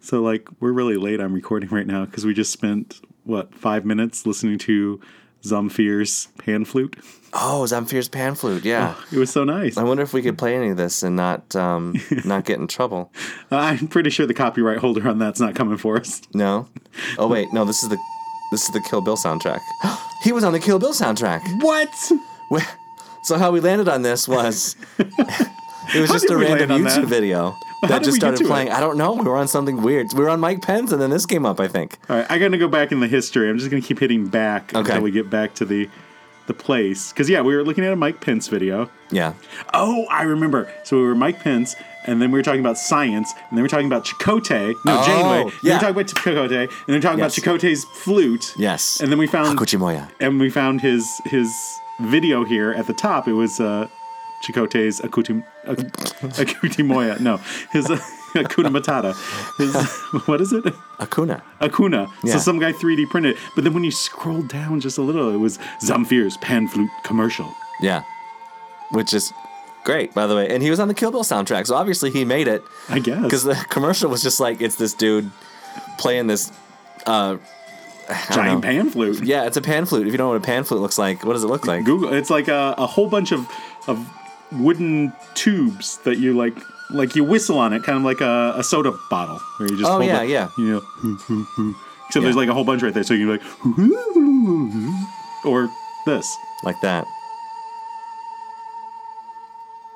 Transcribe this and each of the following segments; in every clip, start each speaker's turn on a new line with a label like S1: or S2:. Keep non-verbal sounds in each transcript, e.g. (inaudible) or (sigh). S1: So like we're really late on recording right now because we just spent what five minutes listening to Zamfir's pan flute.
S2: Oh, Zamfir's pan flute. Yeah.
S1: It was so nice.
S2: I wonder if we could play any of this and not
S1: (laughs)
S2: um, not get in trouble.
S1: I'm pretty sure the copyright holder on that's not coming for us.
S2: No. Oh wait, no. This is the this is the Kill Bill soundtrack. (gasps) he was on the Kill Bill soundtrack.
S1: What?
S2: Wh- So how we landed on this
S1: (laughs)
S2: was it was
S1: How
S2: just
S1: did
S2: a
S1: we land
S2: random
S1: on
S2: YouTube
S1: that?
S2: video
S1: How
S2: that
S1: did we get
S2: just
S1: to
S2: started
S1: it?
S2: playing. I don't know. We were on something weird. We were on Mike Pence, and then this came up. I think.
S1: All right, I gotta go back in the history. I'm just gonna keep hitting back
S2: Okay.
S1: until we get back to the the place. Because yeah, we were looking at a Mike Pence video.
S2: Yeah.
S1: Oh, I remember. So we were Mike Pence, and then we were talking about science, and then we were talking about Chicote. No,
S2: Oh,
S1: Janeway. Then
S2: yeah.
S1: We were talking about Chicote, and then we were talking
S2: Yes.
S1: about Chicote's flute.
S2: Yes.
S1: And then we found
S2: Hakuchimoya.
S1: and we found his his video here at the top. It was uh, Chicote's Akuti Ak- Akutimoya. No, his uh, (laughs) Akuna Matata. His (laughs) what is it?
S2: Akuna.
S1: Akuna.
S2: Yeah.
S1: So some guy 3D printed. it. But then when you scroll down just a little, it was Zamfir's pan flute commercial.
S2: Yeah. Which is great, by the way. And he was on the Kill Bill soundtrack, so obviously he made it
S1: I guess.
S2: because the commercial was just like it's this dude playing this. Uh, I don't
S1: Giant
S2: know.
S1: pan flute.
S2: Yeah, it's a pan flute. If you don't know what a pan flute looks like, what does it look like?
S1: Google. It's like a, a whole bunch of of wooden tubes that you like like you whistle on it, kind of like a, a soda bottle where you just
S2: Oh,
S1: hold
S2: yeah,
S1: it,
S2: yeah.
S1: you know. So there's
S2: Yeah.
S1: like a whole bunch right there. So you're like, or this.
S2: Like that.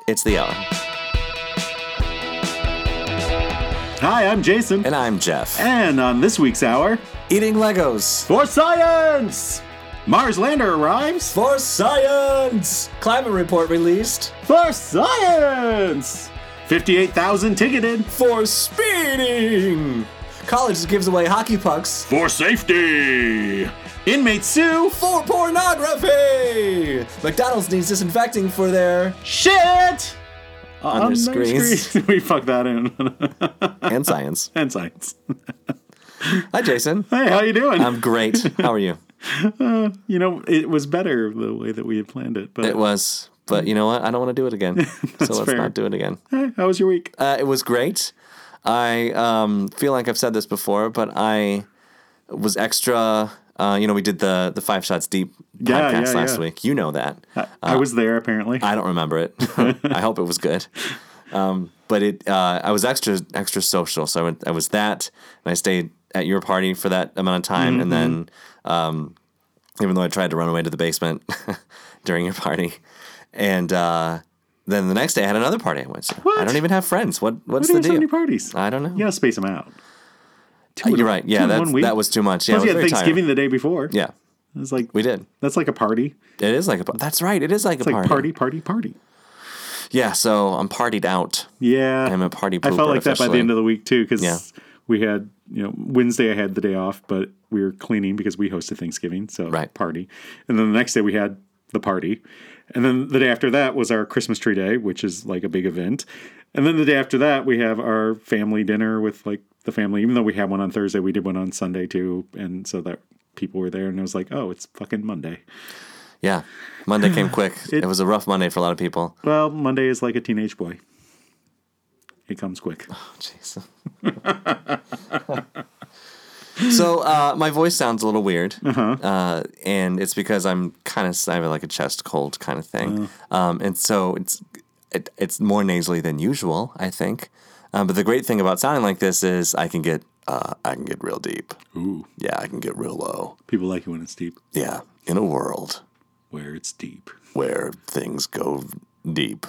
S2: It's the hour.
S1: Hi, I'm Jason,
S2: And I'm Jeff.
S1: and on this week's hour
S2: Eating Legos.
S1: for science, Mars lander arrives
S2: For science! Climate report released.
S1: for science. Fifty-eight thousand ticketed
S2: For speeding! College gives away hockey pucks.
S1: for safety. Inmates sue
S2: For pornography! McDonald's needs disinfecting for their.
S1: Shit! On,
S2: their screens.
S1: screens. (laughs) we fucked that in.
S2: and science.
S1: and science.
S2: Hi, Jason.
S1: Hey, how you doing?
S2: I'm great. How are you?
S1: you know, it was better the way that we had planned it. But
S2: It was. But you know what? I don't want to do it (laughs) again. so let's
S1: fair.
S2: not do it again.
S1: hey, how was your week?
S2: Uh, it was great. I um, feel like I've said this before, but I was extra. Uh, you know, we did the the five shots deep
S1: Yeah,
S2: podcast
S1: yeah,
S2: last
S1: yeah.
S2: week. You know that.
S1: I, I was there apparently.
S2: Uh, I don't remember it. (laughs) I hope it was good. Um, but it, uh, I was extra extra social, so I went. I was that, and I stayed at your party for that amount of time, and then,
S1: Mm-hmm.
S2: um, even though I tried to run away to the basement (laughs) during your party, and uh, then the next day I had another party I went to. I
S1: What?
S2: don't even have friends. What
S1: Why
S2: what's
S1: do you
S2: the
S1: have so
S2: deal?
S1: many parties?
S2: I don't know. Uh,
S1: You gotta space them out. Two in-
S2: You're right.
S1: two
S2: Yeah,
S1: in
S2: that's,
S1: one week.
S2: that was too much. Yeah,
S1: Plus,
S2: it
S1: you had
S2: was very
S1: Thanksgiving
S2: tiring.
S1: the day before.
S2: Yeah,
S1: it's like
S2: we did.
S1: That's like a party.
S2: It is like a. par- That's right. It is like a
S1: It's like
S2: party.
S1: party, party, party.
S2: Yeah. So I'm partied out.
S1: Yeah,
S2: I'm a party
S1: I
S2: pooper
S1: felt like that by the
S2: officially.
S1: end of the week too, because
S2: Yeah.
S1: we had you know Wednesday I had the day off, but we were cleaning because we hosted Thanksgiving, so
S2: Right.
S1: party, and then the next day we had the party, and then the day after that was our Christmas tree day, which is like a big event, and then the day after that we have our family dinner with like the family. Even though we had one on Thursday, we did one on Sunday too, and so that people were there, and I was like, oh, it's fucking Monday.
S2: Yeah. Monday came quick. it, was a rough Monday for a lot of people. (laughs)
S1: Well, Monday is like a teenage boy. It comes quick.
S2: Oh, jeez. (laughs) so uh, my voice sounds a little weird, uh and it's because I'm kind of I have like a chest cold kind of thing, um, and so it's it, it's more nasally than usual, I think. Um, but the great thing about sounding like this is I can get uh, I can get real deep.
S1: Ooh,
S2: Yeah, I can get real low.
S1: people like it when it's deep.
S2: Yeah, in a world
S1: Where it's deep.
S2: where things go deep.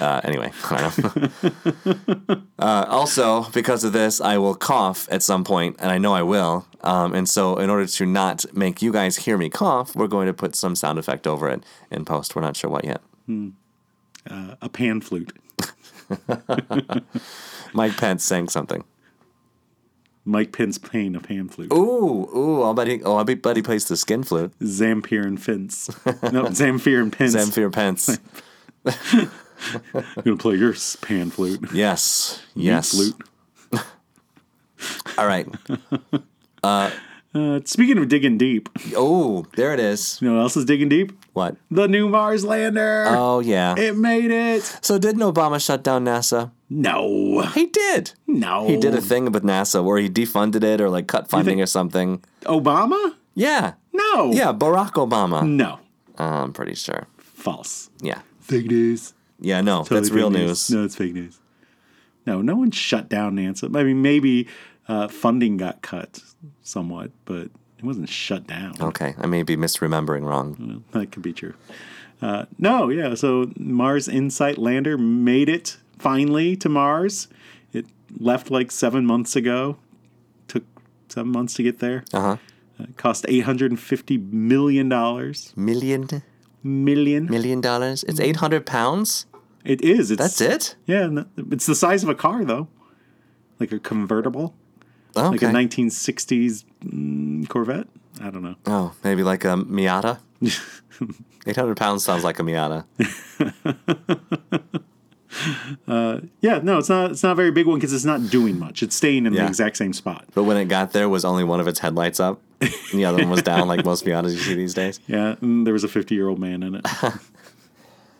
S2: uh, anyway, I don't know. (laughs) uh, also, because of this, I will cough at some point, and I know I will. Um, and so, in order to not make you guys hear me cough, we're going to put some sound effect over it in post. We're not sure what yet.
S1: a pan flute.
S2: Mike Pence sang something.
S1: Mike Pence playing a pan flute.
S2: Ooh, ooh! I'll bet he. Oh, I bet he plays the skin flute.
S1: Zampier and
S2: (laughs)
S1: Fence. No, Zampier and Pence.
S2: Zamfir Pence.
S1: Gonna play your s- pan flute. (laughs) Meat
S2: Yes, yes.
S1: Flute.
S2: All right. Uh,
S1: Uh, speaking of digging deep,
S2: Oh, there it is.
S1: you know what else is digging deep?
S2: What?
S1: The new Mars lander.
S2: Oh yeah.
S1: It made it.
S2: So didn't Obama shut down NASA?
S1: No,
S2: He did.
S1: no.
S2: He did a thing with NASA where he defunded it or like cut funding or something.
S1: Obama?
S2: Yeah.
S1: No.
S2: Yeah, Barack Obama.
S1: No.
S2: Uh, I'm pretty sure.
S1: False.
S2: Yeah.
S1: Fake news.
S2: Yeah, no, that's
S1: Totally
S2: real
S1: fake
S2: news.
S1: No, it's fake news. No, no one shut down NASA. I mean, maybe uh, funding got cut somewhat, but it wasn't shut down.
S2: Okay, I may be misremembering wrong.
S1: (laughs) That could be true. Uh, no, yeah. So Mars Insight lander made it finally to Mars. It left like seven months ago. Took seven months to get there.
S2: Uh huh.
S1: It cost eight hundred and fifty million dollars.
S2: Million
S1: Million.
S2: million dollars. It's 800 pounds.
S1: It is. It's,
S2: That's it.
S1: Yeah, no- it's the size of a car though, like a convertible,
S2: Okay.
S1: like a 1960s mm, Corvette. I don't know.
S2: oh, maybe like a Miata. 800 pounds sounds like a Miata.
S1: Yeah, no, it's not. It's not a very big one because it's not doing much. It's staying in the
S2: Yeah.
S1: exact same spot.
S2: But when it got there, was only one of its headlights up, and the other one was down, like most Miatas you see these days.
S1: Yeah, and there was a 50 year old man
S2: (laughs)
S1: in it,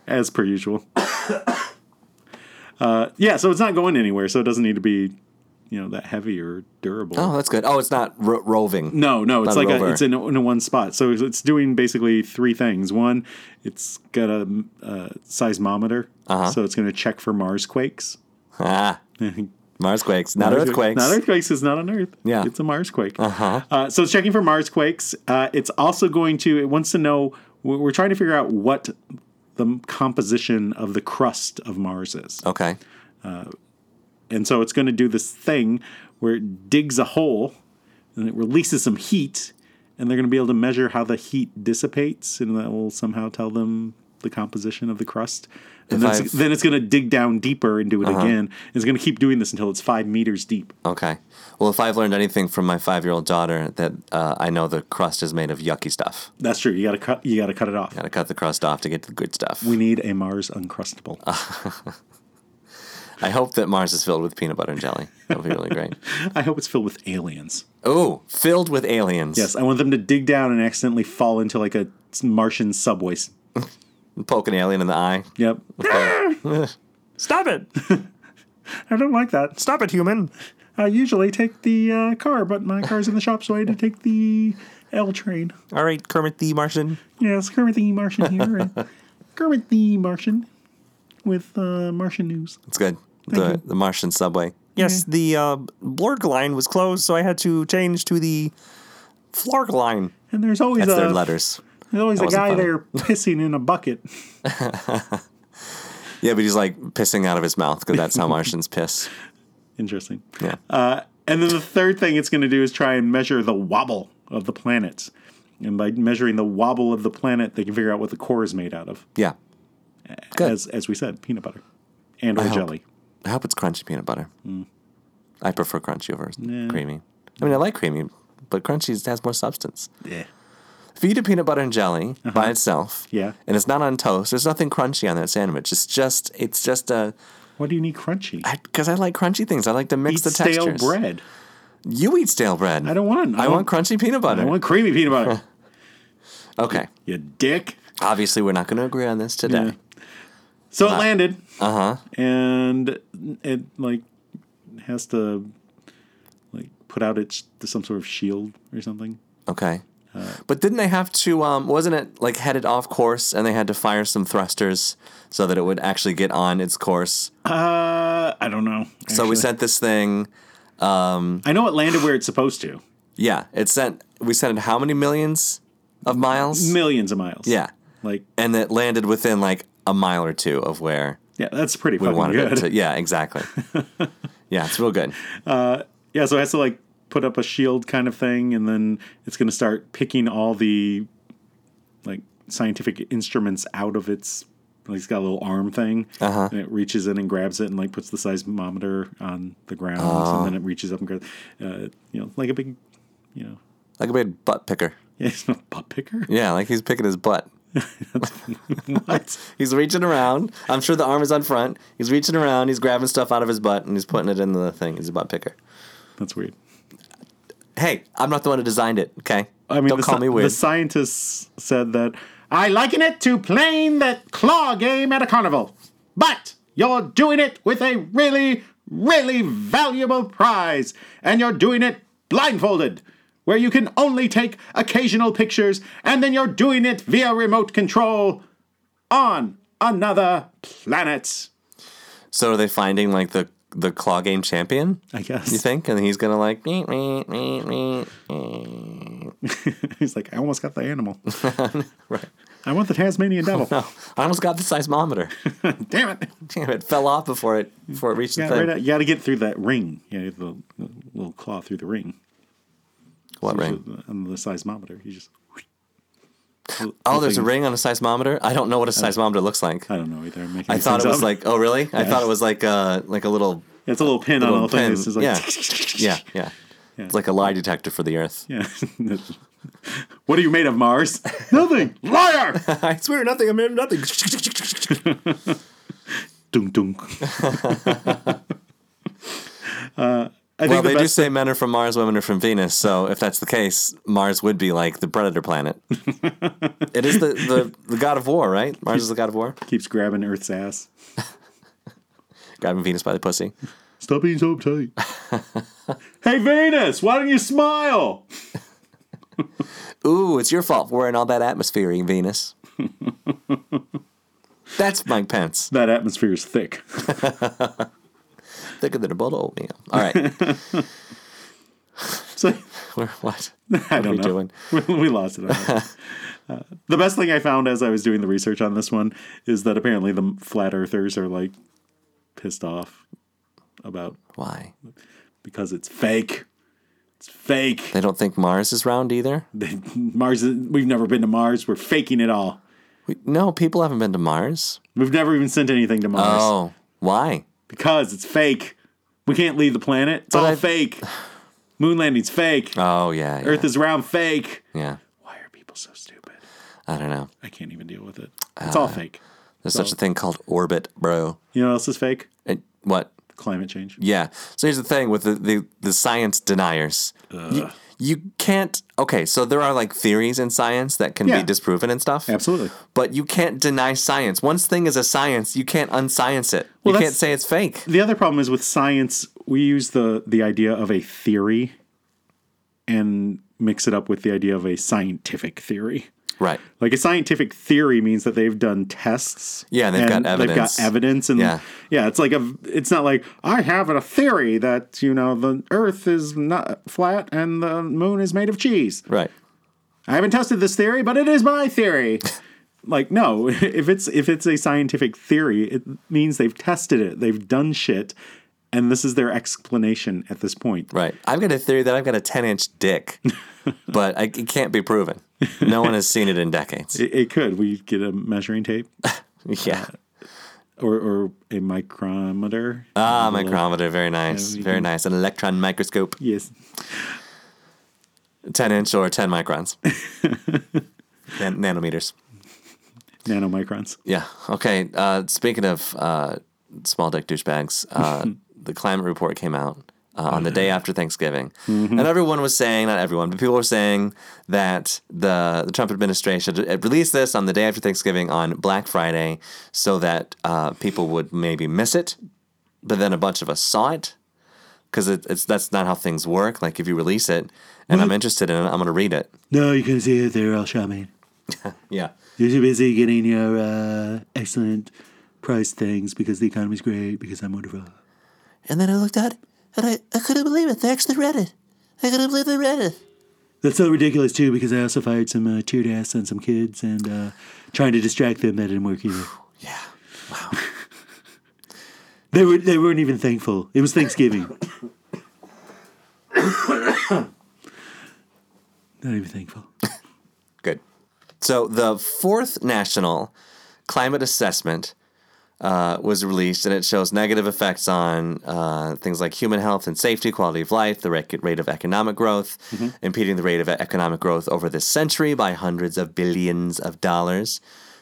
S1: as per usual. Uh, yeah, so it's not going anywhere, so it doesn't need to be, you know, that heavy or durable.
S2: Oh, that's good. Oh, it's not ro- roving.
S1: No, no, it's
S2: Not a
S1: like a,
S2: rover.
S1: it's in, in one spot. So it's doing basically three things. One, it's got a, mm, uh seismometer,
S2: Uh-huh.
S1: so it's going to check for Mars quakes. (laughs)
S2: Ah, Mars quakes, not earthquakes.
S1: Not earthquakes. It's not on Earth.
S2: Yeah.
S1: it's a Mars quake. Uh-huh. so it's checking for Mars quakes. Uh, it's also going to. It wants to know. We're we're trying to figure out what the composition of the crust of Mars is.
S2: okay.
S1: And so it's going to do this thing where it digs a hole and it releases some heat, and they're going to be able to measure how the heat dissipates, and that will somehow tell them the composition of the crust. And
S2: If
S1: then it's,
S2: I've- Uh-huh.
S1: then it's going to dig down deeper and do it again. It's going to keep doing this until it's five meters deep.
S2: Okay. Well, if I've learned anything from my five-year-old daughter, that uh, I know the crust is made of yucky stuff.
S1: That's true. You got to cut. You got to cut it off.
S2: Gotta cut the crust off to get to the good stuff.
S1: We need a Mars uncrustable.
S2: Ah. I hope that Mars is filled with peanut butter and jelly. That would be really great.
S1: I hope it's filled with aliens.
S2: Oh, filled with aliens.
S1: Yes, I want them to dig down and accidentally fall into like a Martian subway. s-
S2: Poke an alien in the eye.
S1: Yep.
S2: (laughs) Stop it!
S1: I don't like that.
S2: Stop it, human!
S1: I usually take the uh, car, but my car's in the shop, so I had
S2: (laughs)
S1: to take the L train.
S2: All right, Kermit the Martian.
S1: Yes, Kermit the Martian here.
S2: (laughs)
S1: and Kermit the Martian with uh, Martian news.
S2: It's good. The, the Martian subway. Yes, the uh, Blorg line was closed, so I had to change to the Florg line.
S1: And there's always
S2: That's
S1: a
S2: their letters.
S1: there's always a
S2: wasn't
S1: guy
S2: funny. (laughs)
S1: there pissing in a bucket.
S2: Yeah, but he's like pissing out of his mouth because (laughs) that's how Martians piss.
S1: Interesting.
S2: Yeah.
S1: And then the third thing it's going to do is try and measure the wobble of the planets. And by measuring the wobble of the planet, they can figure out what the core is made out of.
S2: yeah. Good.
S1: As as we said, peanut butter and or
S2: hope.
S1: jelly.
S2: I hope it's crunchy peanut butter. I prefer crunchy over creamy. I mean, I like creamy, but crunchy has more substance.
S1: Yeah.
S2: If you eat a peanut butter and jelly by itself,
S1: Yeah.
S2: and it's not on toast, there's nothing crunchy on that sandwich. It's just, it's just a,
S1: What do you need crunchy?
S2: because I, like crunchy things. I like to mix
S1: Eat
S2: the
S1: stale
S2: textures.
S1: bread.
S2: You eat stale bread.
S1: I don't want.
S2: I, want, crunchy peanut butter.
S1: I want creamy peanut
S2: (laughs)
S1: butter.
S2: okay.
S1: you dick.
S2: Obviously, we're not going to agree on this today.
S1: So
S2: Uh-huh.
S1: it landed. Uh huh. And it like has to like put out its some sort of shield or something.
S2: Okay.
S1: Uh,
S2: But didn't they have to? Um, wasn't it like headed off course, and they had to fire some thrusters so that it would actually get on its course?
S1: Uh, I don't know.
S2: So we
S1: actually.
S2: sent this thing.
S1: I know it landed where it's supposed to.
S2: Yeah, it sent. We sent it how many millions of miles?
S1: Millions of miles.
S2: yeah,
S1: Like
S2: and it landed within like a mile or two of where
S1: yeah, that's pretty
S2: we
S1: fucking
S2: wanted
S1: good.
S2: it to. Yeah, exactly.
S1: (laughs)
S2: yeah, it's real good.
S1: Yeah, so it has to like put up a shield kind of thing, and then it's going to start picking all the like scientific instruments out of its. Like it's got a little arm thing, uh-huh. and it reaches in and grabs it, and like puts the seismometer on the ground,
S2: Oh.
S1: and then it reaches up and grabs, uh, you know, like a big, you know, (laughs)
S2: Like a big butt picker.
S1: yeah, it's not a butt picker.
S2: Yeah, like he's picking his butt.
S1: what?
S2: He's reaching around. I'm sure the arm is on front. He's reaching around. He's grabbing stuff out of his butt and he's putting it in the thing. He's a butt picker.
S1: That's weird.
S2: hey, I'm not the one who designed it. Okay.
S1: I mean,
S2: don't
S1: the,
S2: call
S1: sci-
S2: me weird.
S1: the scientists said that I liken it to playing that claw game at a carnival, but you're doing it with a really, really valuable prize, and you're doing it blindfolded, where you can only take occasional pictures, and then you're doing it via remote control on another planet.
S2: so are they finding like the the claw game champion?
S1: I guess.
S2: You think? And he's gonna like meep, meep, meep, meep, meep.
S1: (laughs) He's like, I almost got the
S2: (laughs)
S1: animal. right. I want the Tasmanian devil. (laughs)
S2: Oh, I almost got the seismometer.
S1: Damn it.
S2: Damn, it fell off before it before it reached
S1: Yeah,
S2: the thing.
S1: right out, you got to get through that ring. You know, the, the little claw through the ring.
S2: What ring?
S1: So, on the seismometer. You just.
S2: Oh, there's a ring on a seismometer. I don't know what a
S1: Uh,
S2: seismometer looks like.
S1: I don't know either. I'm making
S2: I
S1: these
S2: thought
S1: things
S2: it was
S1: up.
S2: like oh really? I thought it was like uh like a little
S1: Yeah, it's a little pin on the
S2: little
S1: whole thing.
S2: pin.
S1: It's just like.
S2: yeah yeah. It's like a lie detector for the Earth.
S1: (laughs) Yeah. what are you made of,
S2: (laughs)
S1: Mars? Nothing. Liar.
S2: I swear nothing. I'm nothing.
S1: dunk
S2: (laughs)
S1: dunk. Uh, I
S2: well,
S1: think the
S2: they do
S1: best-
S2: say men are from Mars, women are from Venus. So if that's the case, Mars would be like the
S1: (laughs)
S2: predator planet. it is the, the, the god of war, right? Mars is the god of war.
S1: keeps grabbing Earth's ass.
S2: Grabbing Venus by the pussy.
S1: Stop being so uptight. (laughs) hey Venus, why don't you smile?
S2: Ooh, it's your fault for wearing all that atmosphere,
S1: (laughs)
S2: Venus. that's Mike Pence.
S1: That atmosphere is thick. (laughs)
S2: Thicker than a bowl of oatmeal.
S1: (laughs)
S2: All right.
S1: So
S2: We're, what?
S1: I
S2: What are
S1: don't
S2: we
S1: know.
S2: doing?
S1: (laughs) we lost it. on
S2: (laughs)
S1: that. Uh, the best thing I found as I was doing the research on this one is that apparently the flat earthers are like pissed off about
S2: Why?
S1: because it's fake. It's fake.
S2: They don't think Mars is round either?
S1: They, Mars. is- We've never been to Mars. We're faking it all.
S2: We, no, people haven't been to Mars.
S1: We've never even sent anything to Mars
S2: Oh, why?
S1: because it's fake. We can't leave the planet. It's all
S2: I- (sighs)
S1: fake. Moon landing's fake.
S2: Oh, yeah. yeah,
S1: Earth is round. Fake.
S2: Yeah.
S1: Why are people so stupid?
S2: I don't know.
S1: I can't even deal with it. It's
S2: Uh.
S1: all fake.
S2: There's such a thing called orbit, bro.
S1: You know what else is fake?
S2: And what?
S1: Climate change.
S2: Yeah. So here's the thing with the the, the science deniers. You, you can't. Okay, so there are like theories in science that can
S1: Yeah.
S2: be disproven and stuff.
S1: Absolutely.
S2: But you can't deny science. Once thing is a science, you can't unscience it.
S1: Well,
S2: you
S1: that's-
S2: can't say it's fake.
S1: The other problem is with science, we use the the idea of a theory and mix it up with the idea of a scientific theory.
S2: Right.
S1: Like a scientific theory means that they've done tests.
S2: Yeah, they've
S1: and
S2: got
S1: They've got
S2: evidence.
S1: evidence, and
S2: Yeah.
S1: yeah, it's like a. It's not like I have a theory that you know the Earth is not flat and the Moon is made of cheese.
S2: Right.
S1: I haven't tested this theory, but it is my theory. like no, (laughs) if it's if it's a scientific theory, it means they've tested it, they've done shit, and this is their explanation at this point.
S2: Right. I've got a theory that I've got a 10 inch
S1: (laughs)
S2: dick, but I, it can't be proven. No one has seen it
S1: (laughs)
S2: in decades.
S1: It, it could we get a measuring tape
S2: Yeah.
S1: or or a micrometer?
S2: Ah, micrometer. Very nice. Very nice. An electron microscope.
S1: yes.
S2: 10 inch or 10 microns. Nan- nanometers.
S1: Nanomicrons.
S2: Yeah. Okay. Uh, speaking of uh, small dick douchebags, uh, the climate report came out uh, on the day after Thanksgiving, and everyone was saying, not everyone, but people were saying that the, the Trump administration had released this on the day after Thanksgiving on Black Friday, so that uh, people would maybe miss it, but then a bunch of us saw it. Because it, it's that's not how things work. Like if you release it, and I'm interested in it, I'm gonna read it.
S3: No, you can see it there, El Shamin.
S2: Yeah,
S3: You're too busy getting your uh, excellent price things because the economy's great, because I'm wonderful.
S2: and then I looked at it, and I, I couldn't believe it. They actually read it. I couldn't believe they read it.
S3: That's so ridiculous, too, because I also fired some uh, tear gas on some kids and uh, trying to distract them. That didn't work either.
S2: Yeah.
S3: (laughs) They, were, they weren't even thankful. It was Thanksgiving. (coughs) Not even thankful.
S2: Good. So the fourth national climate assessment uh, was released, and it shows negative effects on uh, things like human health and safety, quality of life, the rec- rate of economic growth, impeding the rate of economic growth over this century by hundreds of billions of dollars,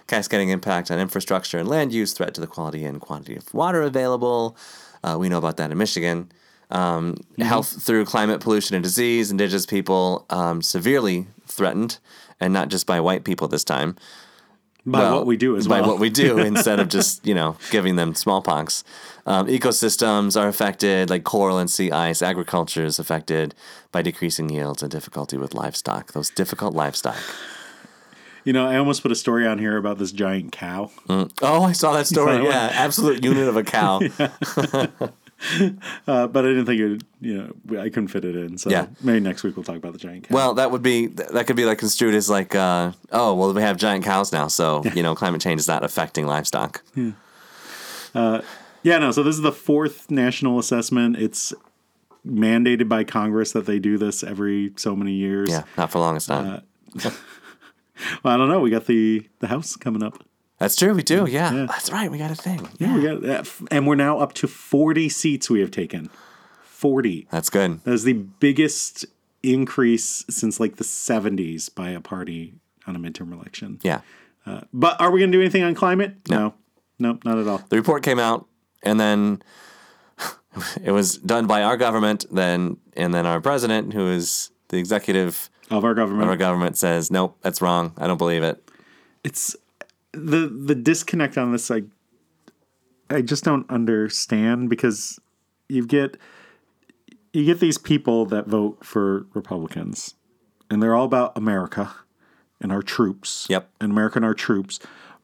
S2: cascading impact on infrastructure and land use, threat to the quality and quantity of water available. Uh, we know about that in Michigan. um,
S1: Mm-hmm.
S2: health through climate pollution and disease, indigenous people um, severely threatened, and not just by white people this time.
S1: By
S2: Well,
S1: what we do as
S2: by
S1: well.
S2: what
S1: (laughs)
S2: we do instead of just you know giving them smallpox. Um, ecosystems are affected, like coral and sea ice. Agriculture is affected by decreasing yields and difficulty with livestock. Those difficult livestock.
S1: You know, I almost put a story on here about this giant cow.
S2: Oh, I saw that story.
S1: that one?
S2: yeah, absolute unit of a cow.
S1: (laughs) Uh, but I didn't think it would, you know, I couldn't fit it in. So
S2: Yeah.
S1: maybe next week we'll talk about the giant cow.
S2: Well, that would be that could be like construed as like, uh, oh, well, we have giant cows now, so you know, climate change is not affecting livestock.
S1: yeah, no. So this is the fourth national assessment. It's mandated by Congress that they do this every so many years.
S2: Yeah, not for long. It's not.
S1: Uh, Well, I don't know. We got the, the House coming up.
S2: That's true. We do. Yeah. that's right. We got a thing.
S1: Yeah, we got that. And we're now up to 40 seats we have taken. 40.
S2: That's good.
S1: That is the biggest increase since like the 70s by a party on a midterm election.
S2: Yeah.
S1: But are we going to do anything on climate? No. No, not at all.
S2: The report came out, and then (laughs) it was done by our government. Then and then our president, who is the executive
S1: Of our government.
S2: of our government, says, "Nope, that's wrong. I don't believe it."
S1: it's the the disconnect on this I I just don't understand because you get you get these people that vote for Republicans and they're all about America and our troops.
S2: Yep.
S1: And America and our troops.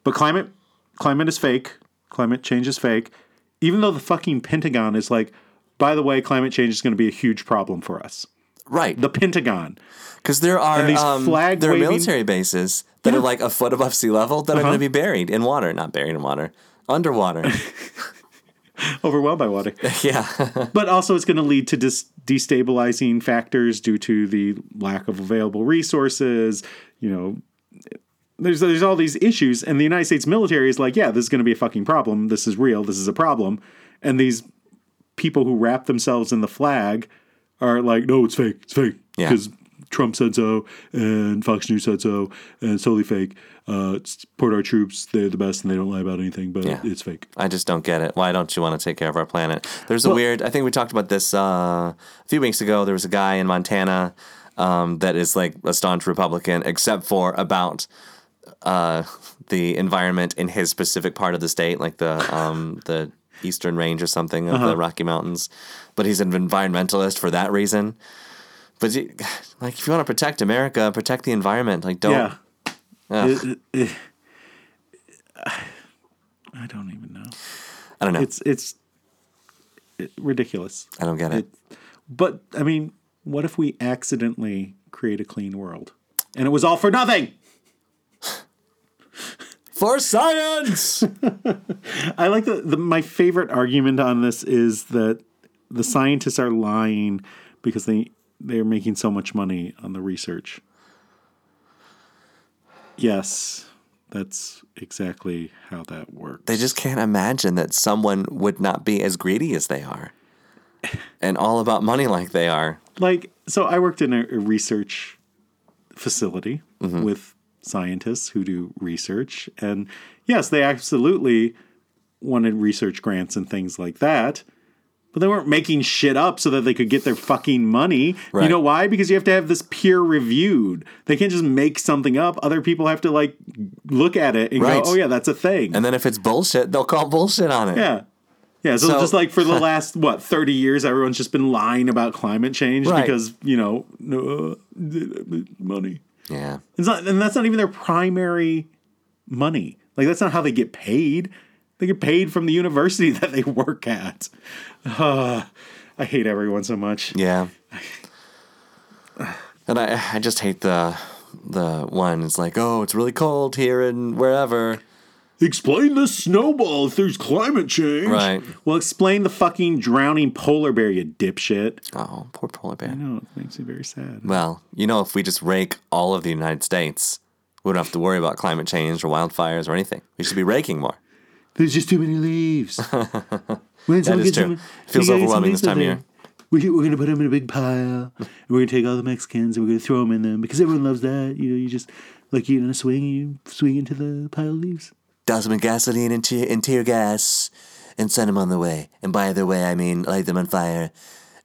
S1: But climate climate is fake. Climate change is fake. Even though the fucking Pentagon is like, by the way, climate change is going to be a huge problem for us.
S2: Right.
S1: The Pentagon.
S2: Because there are
S1: these
S2: um,
S1: flag
S2: there are
S1: waving- Uh-huh.
S2: military bases that are like a foot above sea level that are going to be buried in water, not buried in water,
S1: (laughs)
S2: underwater. (laughs)
S1: Overwhelmed by water.
S2: yeah,
S1: (laughs) but also it's going to lead to dis- destabilizing factors due to the lack of available resources you know there's there's all these issues and the united states military is like yeah this is going to be a fucking problem this is real this is a problem and these people who wrap themselves in the flag are like no it's fake it's fake
S2: Yeah.
S1: because Trump said so, and Fox News said so, and it's totally fake. Uh, support our troops; they're the best, and they don't lie about anything. But
S2: Yeah.
S1: it's fake.
S2: I just don't get it. Why don't you want to take care of our planet? There's a weird. I think we talked about this uh, a few weeks ago. There was a guy in Montana um, that is like a staunch Republican, except for about uh, the environment in his specific part of the state, like the um, the eastern range or something of
S1: Uh-huh.
S2: the Rocky Mountains. But he's an environmentalist for that reason. But you- like, if you want to protect America, protect the environment. Like, don't.
S1: Oh. Yeah.
S2: Ugh.
S1: It- it- it- I don't even know.
S2: I don't know.
S1: It's it's it- ridiculous.
S2: I don't get it.
S1: But I mean, what if we accidentally create a clean world and it was all for nothing?
S2: For science.
S1: I like the, the my favorite argument on this is that the scientists are lying because they they're making so much money on the research. Yes, that's exactly how that works.
S2: they just can't imagine that someone would not be as greedy as they are and all about money like they are.
S1: like so i worked in a, a research facility
S2: Mm-hmm.
S1: with scientists who do research and yes they absolutely wanted research grants and things like that but they weren't making shit up so that they could get their fucking money you
S2: Right.
S1: know why because you have to have this peer reviewed they can't just make something up other people have to like look at it and
S2: Right.
S1: go oh yeah that's a thing
S2: And then if it's bullshit, they'll call bullshit on it.
S1: yeah. Yeah, so,
S2: So-
S1: just like for (laughs) the last what thirty years, everyone's just been lying about climate change
S2: Right.
S1: because you know no, uh, money.
S2: Yeah.
S1: It's not, and that's not even their primary money. Like that's not how they get paid. They get paid from the university (laughs) that they work at. (sighs) Ah, I hate everyone so much.
S2: Yeah. And I, I just hate the the one. It's like, oh, it's really cold here and wherever.
S1: Explain the snowball if there's climate change.
S2: Right.
S1: Well, explain the fucking drowning polar bear, you dipshit.
S2: Oh, poor polar bear.
S1: No, it makes me very sad.
S2: Well, you know, if we just rake all of the United States, we don't have to worry about climate change or wildfires or anything. We should be raking more.
S3: There's just too many
S1: (laughs)
S3: leaves. When's
S2: That is true. It feels overwhelming this time of year.
S3: We, we're going to put them in a big
S1: (laughs)
S3: pile, and we're going to take all the Mexicans and we're going to throw them in them because everyone loves that. You know, you just like you know, swing, you swing into the pile of leaves.
S2: douse them in gasoline and tear, and tear gas and send them on their way. And by their way, I mean light them on fire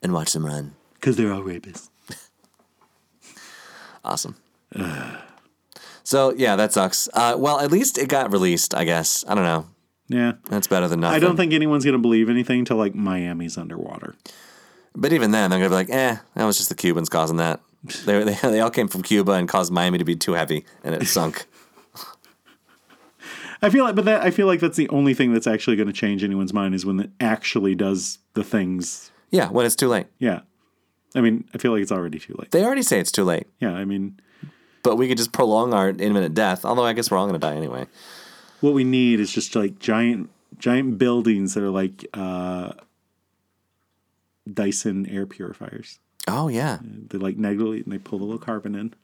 S2: and watch them run.
S3: because they're all rapists.
S2: Awesome. so yeah, that sucks. Uh, well, at least it got released. I guess I don't know.
S1: Yeah.
S2: That's better than nothing.
S1: I don't think anyone's going to believe anything until like Miami's underwater.
S2: But even then, they're gonna be like, eh, that was just the Cubans causing that. They, they, they all came from Cuba and caused Miami to be too heavy, and it sunk.
S1: I feel like, but that I feel like that's the only thing that's actually going to change anyone's mind is when it actually does the things.
S2: yeah, when it's too late.
S1: Yeah, I mean, I feel like it's already too late.
S2: They already say it's too late,
S1: Yeah, I mean,
S2: but we could just prolong our imminent death. Although I guess we're all gonna die anyway.
S1: what we need is just like giant, giant buildings that are like uh, Dyson air purifiers.
S2: Oh yeah,
S1: They like negligently and they pull the little carbon in,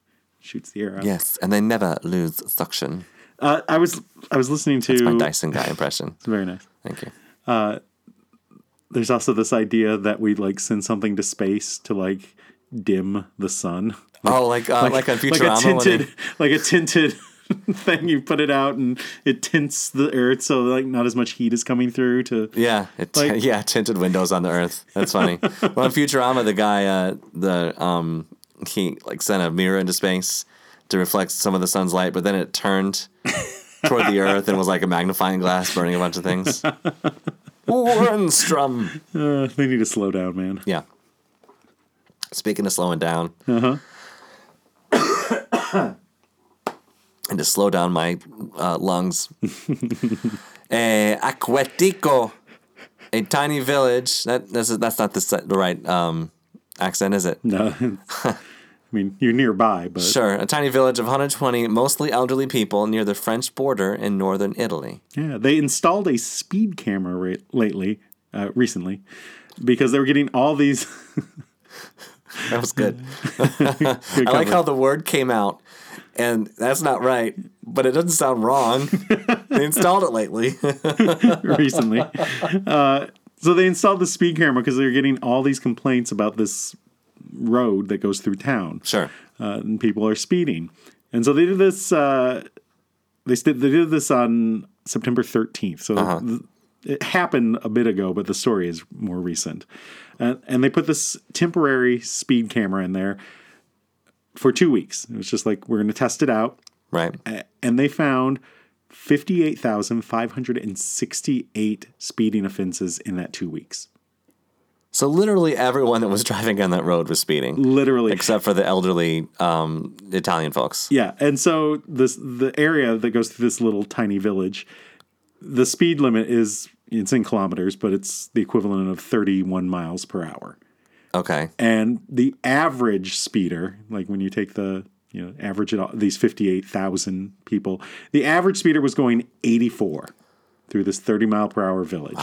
S1: shoots the air out.
S2: yes, and they never lose suction.
S1: Uh, I was I was listening to
S2: That's my Dyson guy impression.
S1: very nice.
S2: Thank you.
S1: There's also this idea that we like send something to space to like dim the sun.
S2: oh, like uh, (laughs) like, on Futurama.
S1: like a
S2: when they-
S1: tinted, like a tinted (laughs) thing. You put it out and it tints the earth, so like not as much heat is coming through. To
S2: Yeah, it,
S1: Like-
S2: (laughs) yeah, tinted windows on the Earth. That's (laughs) funny. well, in Futurama, the guy, uh, the um, he like sent a mirror into space to reflect some of the sun's light, but then it turned toward (laughs) the Earth and was like a magnifying glass burning a bunch of (laughs) things. Warrenstrom.
S1: uh, they need to slow down, man.
S2: Yeah. Speaking of slowing down. (coughs) and to slow down my uh, lungs. Eh, Aquetico, a tiny village. That that's, that's not the, se- the right um, accent, is it? (laughs)
S1: No, I mean you're nearby, but
S2: Sure, a tiny village of 120 mostly elderly people near the French border in northern Italy.
S1: yeah, they installed a speed camera ra- lately, uh, recently, because they were getting all these. (laughs)
S2: That was good. I
S1: (laughs)
S2: like how the word came out, and that's not right, but it doesn't sound wrong. they installed it lately. (laughs)
S1: recently. Uh, so they installed the speed camera because they were getting all these complaints about this road that goes through town.
S2: sure.
S1: uh, and people are speeding. And so they did this. Uh, they st- they did this on September 13th. So th- it happened a bit ago, but the story is more recent. Uh, and they put this temporary speed camera in there for two weeks. It was just like we're going to test it out,
S2: Right.
S1: A- and they found. 58,568 speeding offenses in that two weeks.
S2: So literally everyone that was (laughs) driving on that road was speeding,
S1: Literally.
S2: except for the elderly um, Italian folks.
S1: Yeah, and so this the area that goes through this little tiny village, the speed limit is it's in kilometers, but it's the equivalent of 31 miles per hour.
S2: Okay.
S1: And the average speeder, like when you take the you know average at all, these 58,000 people, the average speeder was going 84 through this 30 mile per hour village.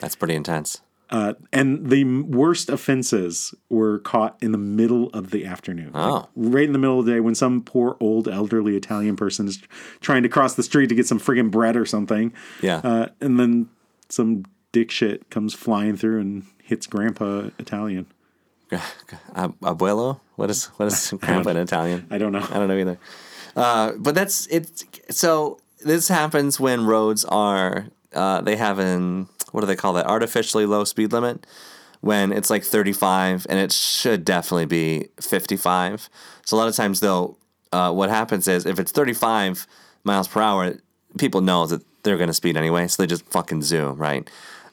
S2: That's pretty intense.
S1: Uh, and the m- worst offenses were caught in the middle of the afternoon.
S2: Oh.
S1: Like, right in the middle of the day when some poor old elderly Italian person is trying to cross the street to get some friggin' bread or something.
S2: Yeah.
S1: Uh, and then some dick shit comes flying through and hits grandpa Italian.
S2: Uh, Ab- (laughs) Abuelo? What is what is (laughs) grandpa in Italian?
S1: I don't know. (laughs)
S2: I don't know either. Uh, but that's it. So this happens when roads are uh, they have an what do they call that artificially low speed limit when it's like 35 and it should definitely be 55. So a lot of times though, uh, what happens is if it's 35 miles per hour, people know that they're going to speed anyway, so they just fucking zoom right.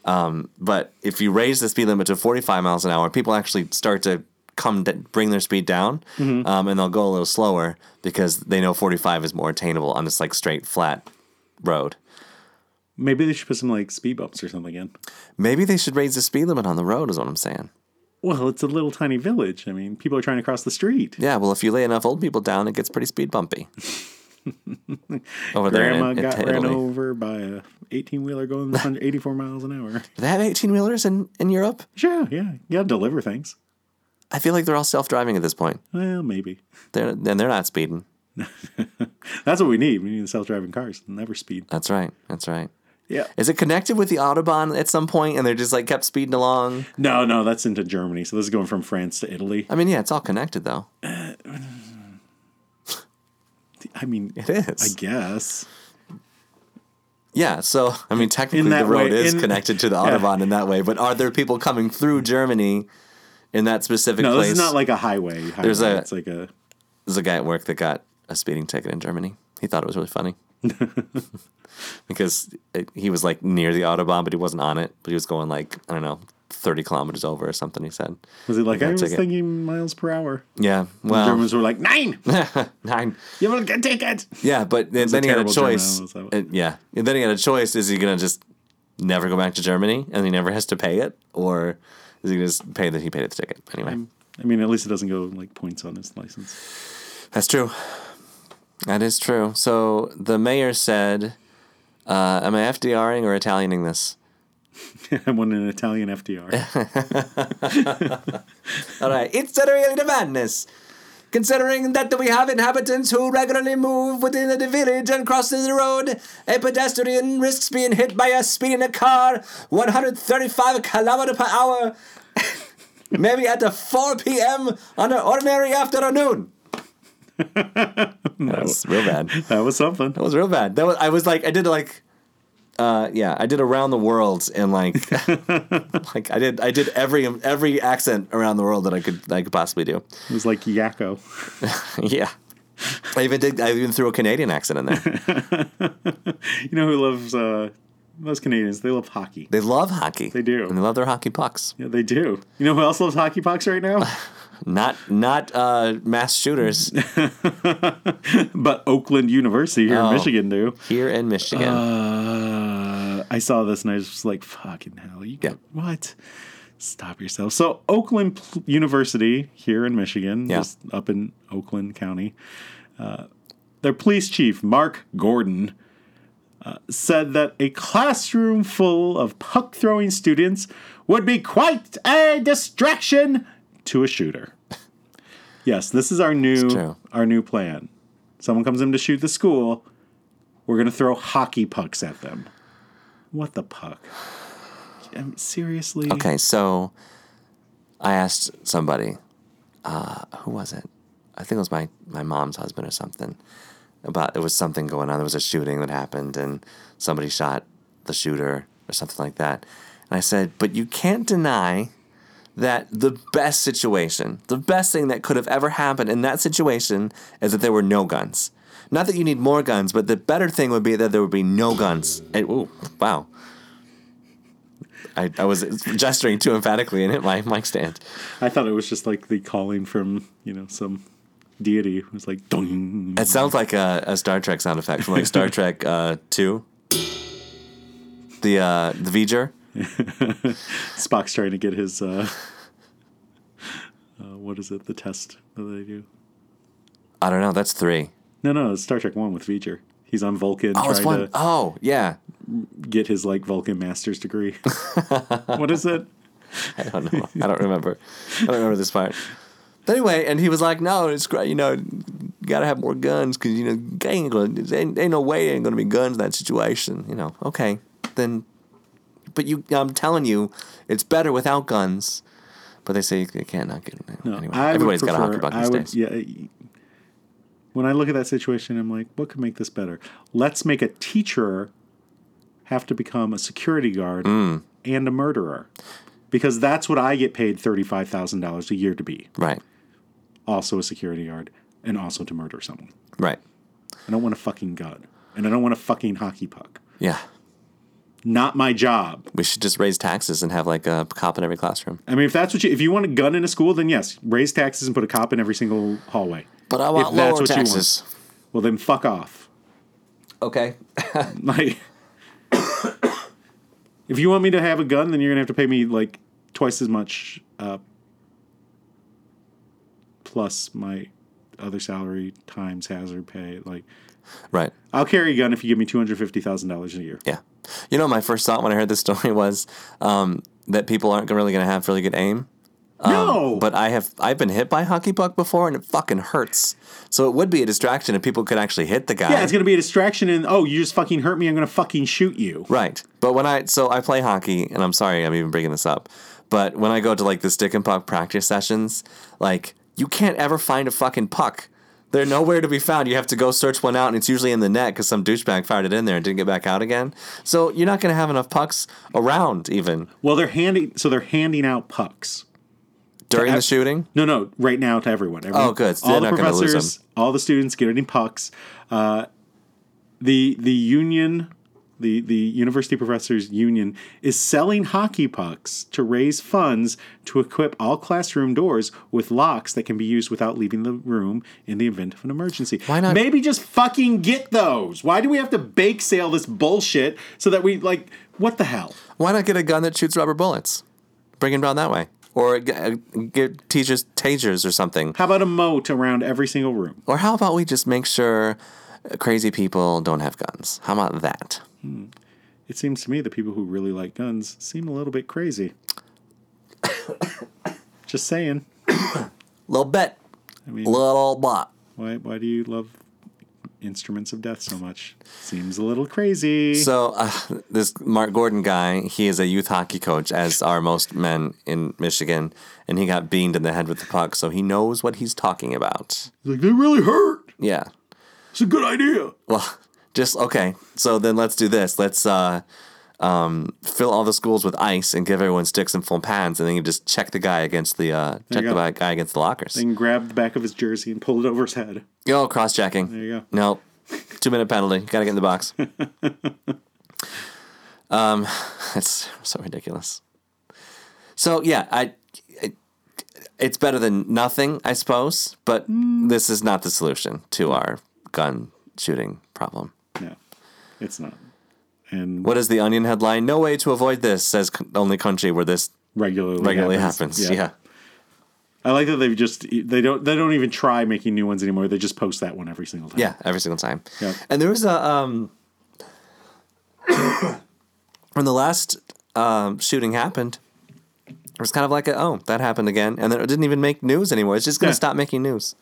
S2: Um, but if you raise the speed limit to 45 miles an hour, people actually start to come d bring their speed down
S1: Mm-hmm.
S2: um, and they'll go a little slower because they know 45 is more attainable on this like straight flat road
S1: Maybe they should put some like speed bumps or something in.
S2: maybe they should raise the speed limit on the road is what i'm saying
S1: Well, it's a little tiny village. I mean, people are trying to cross the street.
S2: yeah well if you lay enough old people down it gets pretty speed
S1: (laughs)
S2: bumpy over there
S1: Grandma
S2: in, in
S1: got ran
S2: Italy.
S1: over by a 18 wheeler going
S2: (laughs)
S1: 84 miles an hour.
S2: Do they have 18 wheelers in, in europe
S1: Sure, yeah. You gotta deliver things.
S2: i feel like they're all self-driving at this point
S1: Well, maybe.
S2: they're and they're not speeding
S1: That's what we need. We need self-driving cars. Never speed.
S2: that's right that's right
S1: Yeah.
S2: is it connected with the autobahn at some point and they're just like kept speeding along
S1: No, no, that's into Germany. So this is going from France to Italy.
S2: i mean yeah it's all connected though
S1: I mean,
S2: it is
S1: I guess.
S2: Yeah, so I mean, technically,
S1: In
S2: the
S1: that
S2: road
S1: way- (laughs)
S2: is
S1: in-
S2: connected to the autobahn in that way. But are there people coming through Germany in that specific
S1: No,
S2: place.
S1: this is not like a highway. highway.
S2: There's a-
S1: it's like a
S2: There's a guy at work that got a speeding ticket in Germany. He thought it was
S1: (laughs)
S2: really funny because it, he was like near the autobahn, but he wasn't on it. But he was going like I don't know, thirty kilometers over or something. He said,
S1: was it like
S2: Yeah,
S1: I was
S2: ticket.
S1: thinking miles per hour.
S2: "Yeah, well,
S1: Germans were like nine.
S2: (laughs) nine,
S1: You will get ticket.
S2: yeah." But then, then he had a
S1: terrible German,
S2: choice.
S1: I was like-
S2: Uh, yeah, and then he had a choice: is he gonna just never go back to Germany and he never has to pay it, or is he gonna just pay that he paid the ticket anyway?
S1: I mean, at least it doesn't go like points on his license. (laughs)
S2: That's true. That is true. So the mayor said, uh, "Am I FDRing or Italianing this?"
S1: I won an Italian
S2: (laughs)
S1: FDR.
S2: All right, it's a really the madness. Considering that we have inhabitants who regularly move within the village and cross the road, a pedestrian risks being hit by a speeding car 135 kilometer per hour, (laughs) maybe at the 4 p.m. on an ordinary afternoon. that was real bad.
S1: that was something.
S2: That was real bad. That was I was like I did like uh yeah, I did around the world and (laughs) like like I did I did every every accent around the world that I could I could possibly do.
S1: It was like Yakko.
S2: (laughs) yeah. I even did I even threw a Canadian accent in (laughs) there.
S1: You know who loves uh, most Canadians? They love hockey.
S2: They love hockey. They
S1: do.
S2: And they love their hockey pucks.
S1: Yeah, they do. You know who else loves hockey pucks right
S2: (laughs)
S1: now?
S2: Not not uh mass (laughs) shooters
S1: but Oakland University here
S2: Oh.
S1: in Michigan do.
S2: here in Michigan.
S1: Uh, I saw this and I was just like, fucking hell. You,
S2: Yeah.
S1: What? Stop yourself. So, Oakland P- University here in Michigan,
S2: Yeah.
S1: just up in Oakland County, uh, their police chief, Mark Gordon, uh, said that a classroom full of puck throwing students would be quite a distraction to a shooter. (laughs) yes, this is our new
S2: true.
S1: our new plan. Someone comes in to shoot the school, we're gonna throw hockey pucks at them. What the puck? Um, seriously?
S2: Okay, so I asked somebody, uh, who was it? I think it was my, my mom's husband or something. About it was something going on. There was a shooting that happened, and somebody shot the shooter or something like that. And I said, but you can't deny that the best situation, the best thing that could have ever happened in that situation is that there were no guns. Not that you need more guns, but the better thing would be that there would be no guns. And, ooh, wow. I, I was gesturing too emphatically and hit my mic stand.
S1: I thought it was just like the calling from, you know, some deity It was like dong.
S2: It sounds like a, a Star Trek sound effect from like Star Trek uh, Two. The uh, the V'ger.
S1: Spock's trying to get his uh, uh what is it, the test that they do?
S2: I don't know. That's three.
S1: No, no, it's Star Trek One with V'ger. He's on Vulcan
S2: Oh, it's
S1: trying to
S2: one. Oh, yeah.
S1: get his like Vulcan master's degree. (laughs) what is it?
S2: (laughs) I don't know. I don't remember. I don't remember this part. But anyway, and he was like, "No, it's great. You know, you gotta have more guns because you know, there ain't, gonna, there ain't, ain't no way there ain't gonna be guns in that situation. You know, okay, then. But you, I'm telling you, it's better without guns. But they say you, you can't not get them. anyway,
S1: I would
S2: everybody's got a
S1: prefer-
S2: hockey puck
S1: I
S2: these
S1: would-
S2: days.
S1: Yeah. I- When I look at that situation, I'm like, what could make this better? Let's make a teacher have to become a security guard
S2: Mm.
S1: and a murderer. Because that's what I get paid $35,000 a year to be.
S2: Right.
S1: Also a security guard and also to murder someone.
S2: Right.
S1: I don't want a fucking gun. And I don't want a fucking hockey puck.
S2: Yeah.
S1: Not my job.
S2: We should just raise taxes and have like a cop in every classroom.
S1: I mean, if that's what you, if you want a gun in a school, then yes, raise taxes and put a cop in every single hallway.
S2: But I want
S1: If that's
S2: lower
S1: what you want.
S2: taxes.
S1: Well, then fuck off.
S2: Okay.
S1: Like, (coughs) if you want me to have a gun, then you're gonna have to pay me like twice as much, uh, plus my other salary times hazard pay. Like,
S2: right.
S1: I'll carry a gun if you give me two hundred fifty thousand dollars a year.
S2: Yeah. You know, my first thought when I heard this (laughs) story was um, that people aren't really going to have really good aim.
S1: no,
S2: But I have I've been hit by a hockey puck before and it fucking hurts. So it would be a distraction if people could actually hit the guy.
S1: yeah, it's gonna be a distraction. And oh, you just fucking hurt me. I'm gonna fucking shoot you.
S2: Right. But when I so I play hockey, and I'm sorry I'm even bringing this up, but when I go to like the stick and puck practice sessions, like you can't ever find a fucking puck. They're nowhere to be found. You have to go search one out, and it's usually in the net because some douchebag fired it in there and didn't get back out again. So you're not going to have enough pucks around, even.
S1: Well, they're handing so they're handing out pucks.
S2: during the shooting.
S1: No, no, right now to everyone. everyone
S2: Oh, good. So
S1: all the
S2: they're not gonna lose
S1: professors, all the students getting pucks. Uh, the the union, the the university professors union is selling hockey pucks to raise funds to equip all classroom doors with locks that can be used without leaving the room in the event of an emergency.
S2: Why not-
S1: Maybe just fucking get those. Why do we have to bake sale this bullshit so that we like what the hell?
S2: Why not get a gun that shoots rubber bullets? Bring him down that way, or g- uh, get teachers tasers or something.
S1: How about a moat around every single room?
S2: Or how about we just make sure crazy people don't have guns? How about that?
S1: It seems to me the people who really like guns seem a little bit crazy. Just saying.
S2: Little bit,
S1: I mean,
S2: little bit.
S1: why why do you love instruments of death so much? Seems a little crazy.
S2: So uh, this Mark Gordon guy, he is a youth hockey coach, as are most men in Michigan, and he got beamed in the head with the puck, so he knows what he's talking about.
S3: Like, they really hurt.
S2: Yeah.
S3: It's a good idea.
S2: Well, just okay. So then let's do this. Let's uh, um, fill all the schools with ice and give everyone sticks and foam pads, and then you just check the guy against the uh, check
S1: you
S2: the
S1: go.
S2: guy- guy against the lockers.
S1: and grabbed the back of his jersey and pulled it over his head.
S2: Yo, cross checking. There
S1: you go.
S2: No, two minute penalty. Got to get in
S1: (laughs)
S2: the box. um, it's so ridiculous. So yeah, I. It, it's better than nothing, I suppose, but
S1: Hmm.
S2: this is not the solution to our gun shooting problem.
S1: No, it's not. And
S2: What is the Onion headline? No way to avoid this, says c- only country where this
S1: regularly
S2: regularly happens. Yeah.
S1: I like that they've just they don't they don't even try making new ones anymore. They just post that one every single time.
S2: Yeah, every single time.
S1: Yep.
S2: And there was a um (coughs) when the last um shooting happened, it was kind of like a, oh, that happened again. And then it didn't even make news anymore. It's just gonna
S1: Yeah.
S2: stop making news.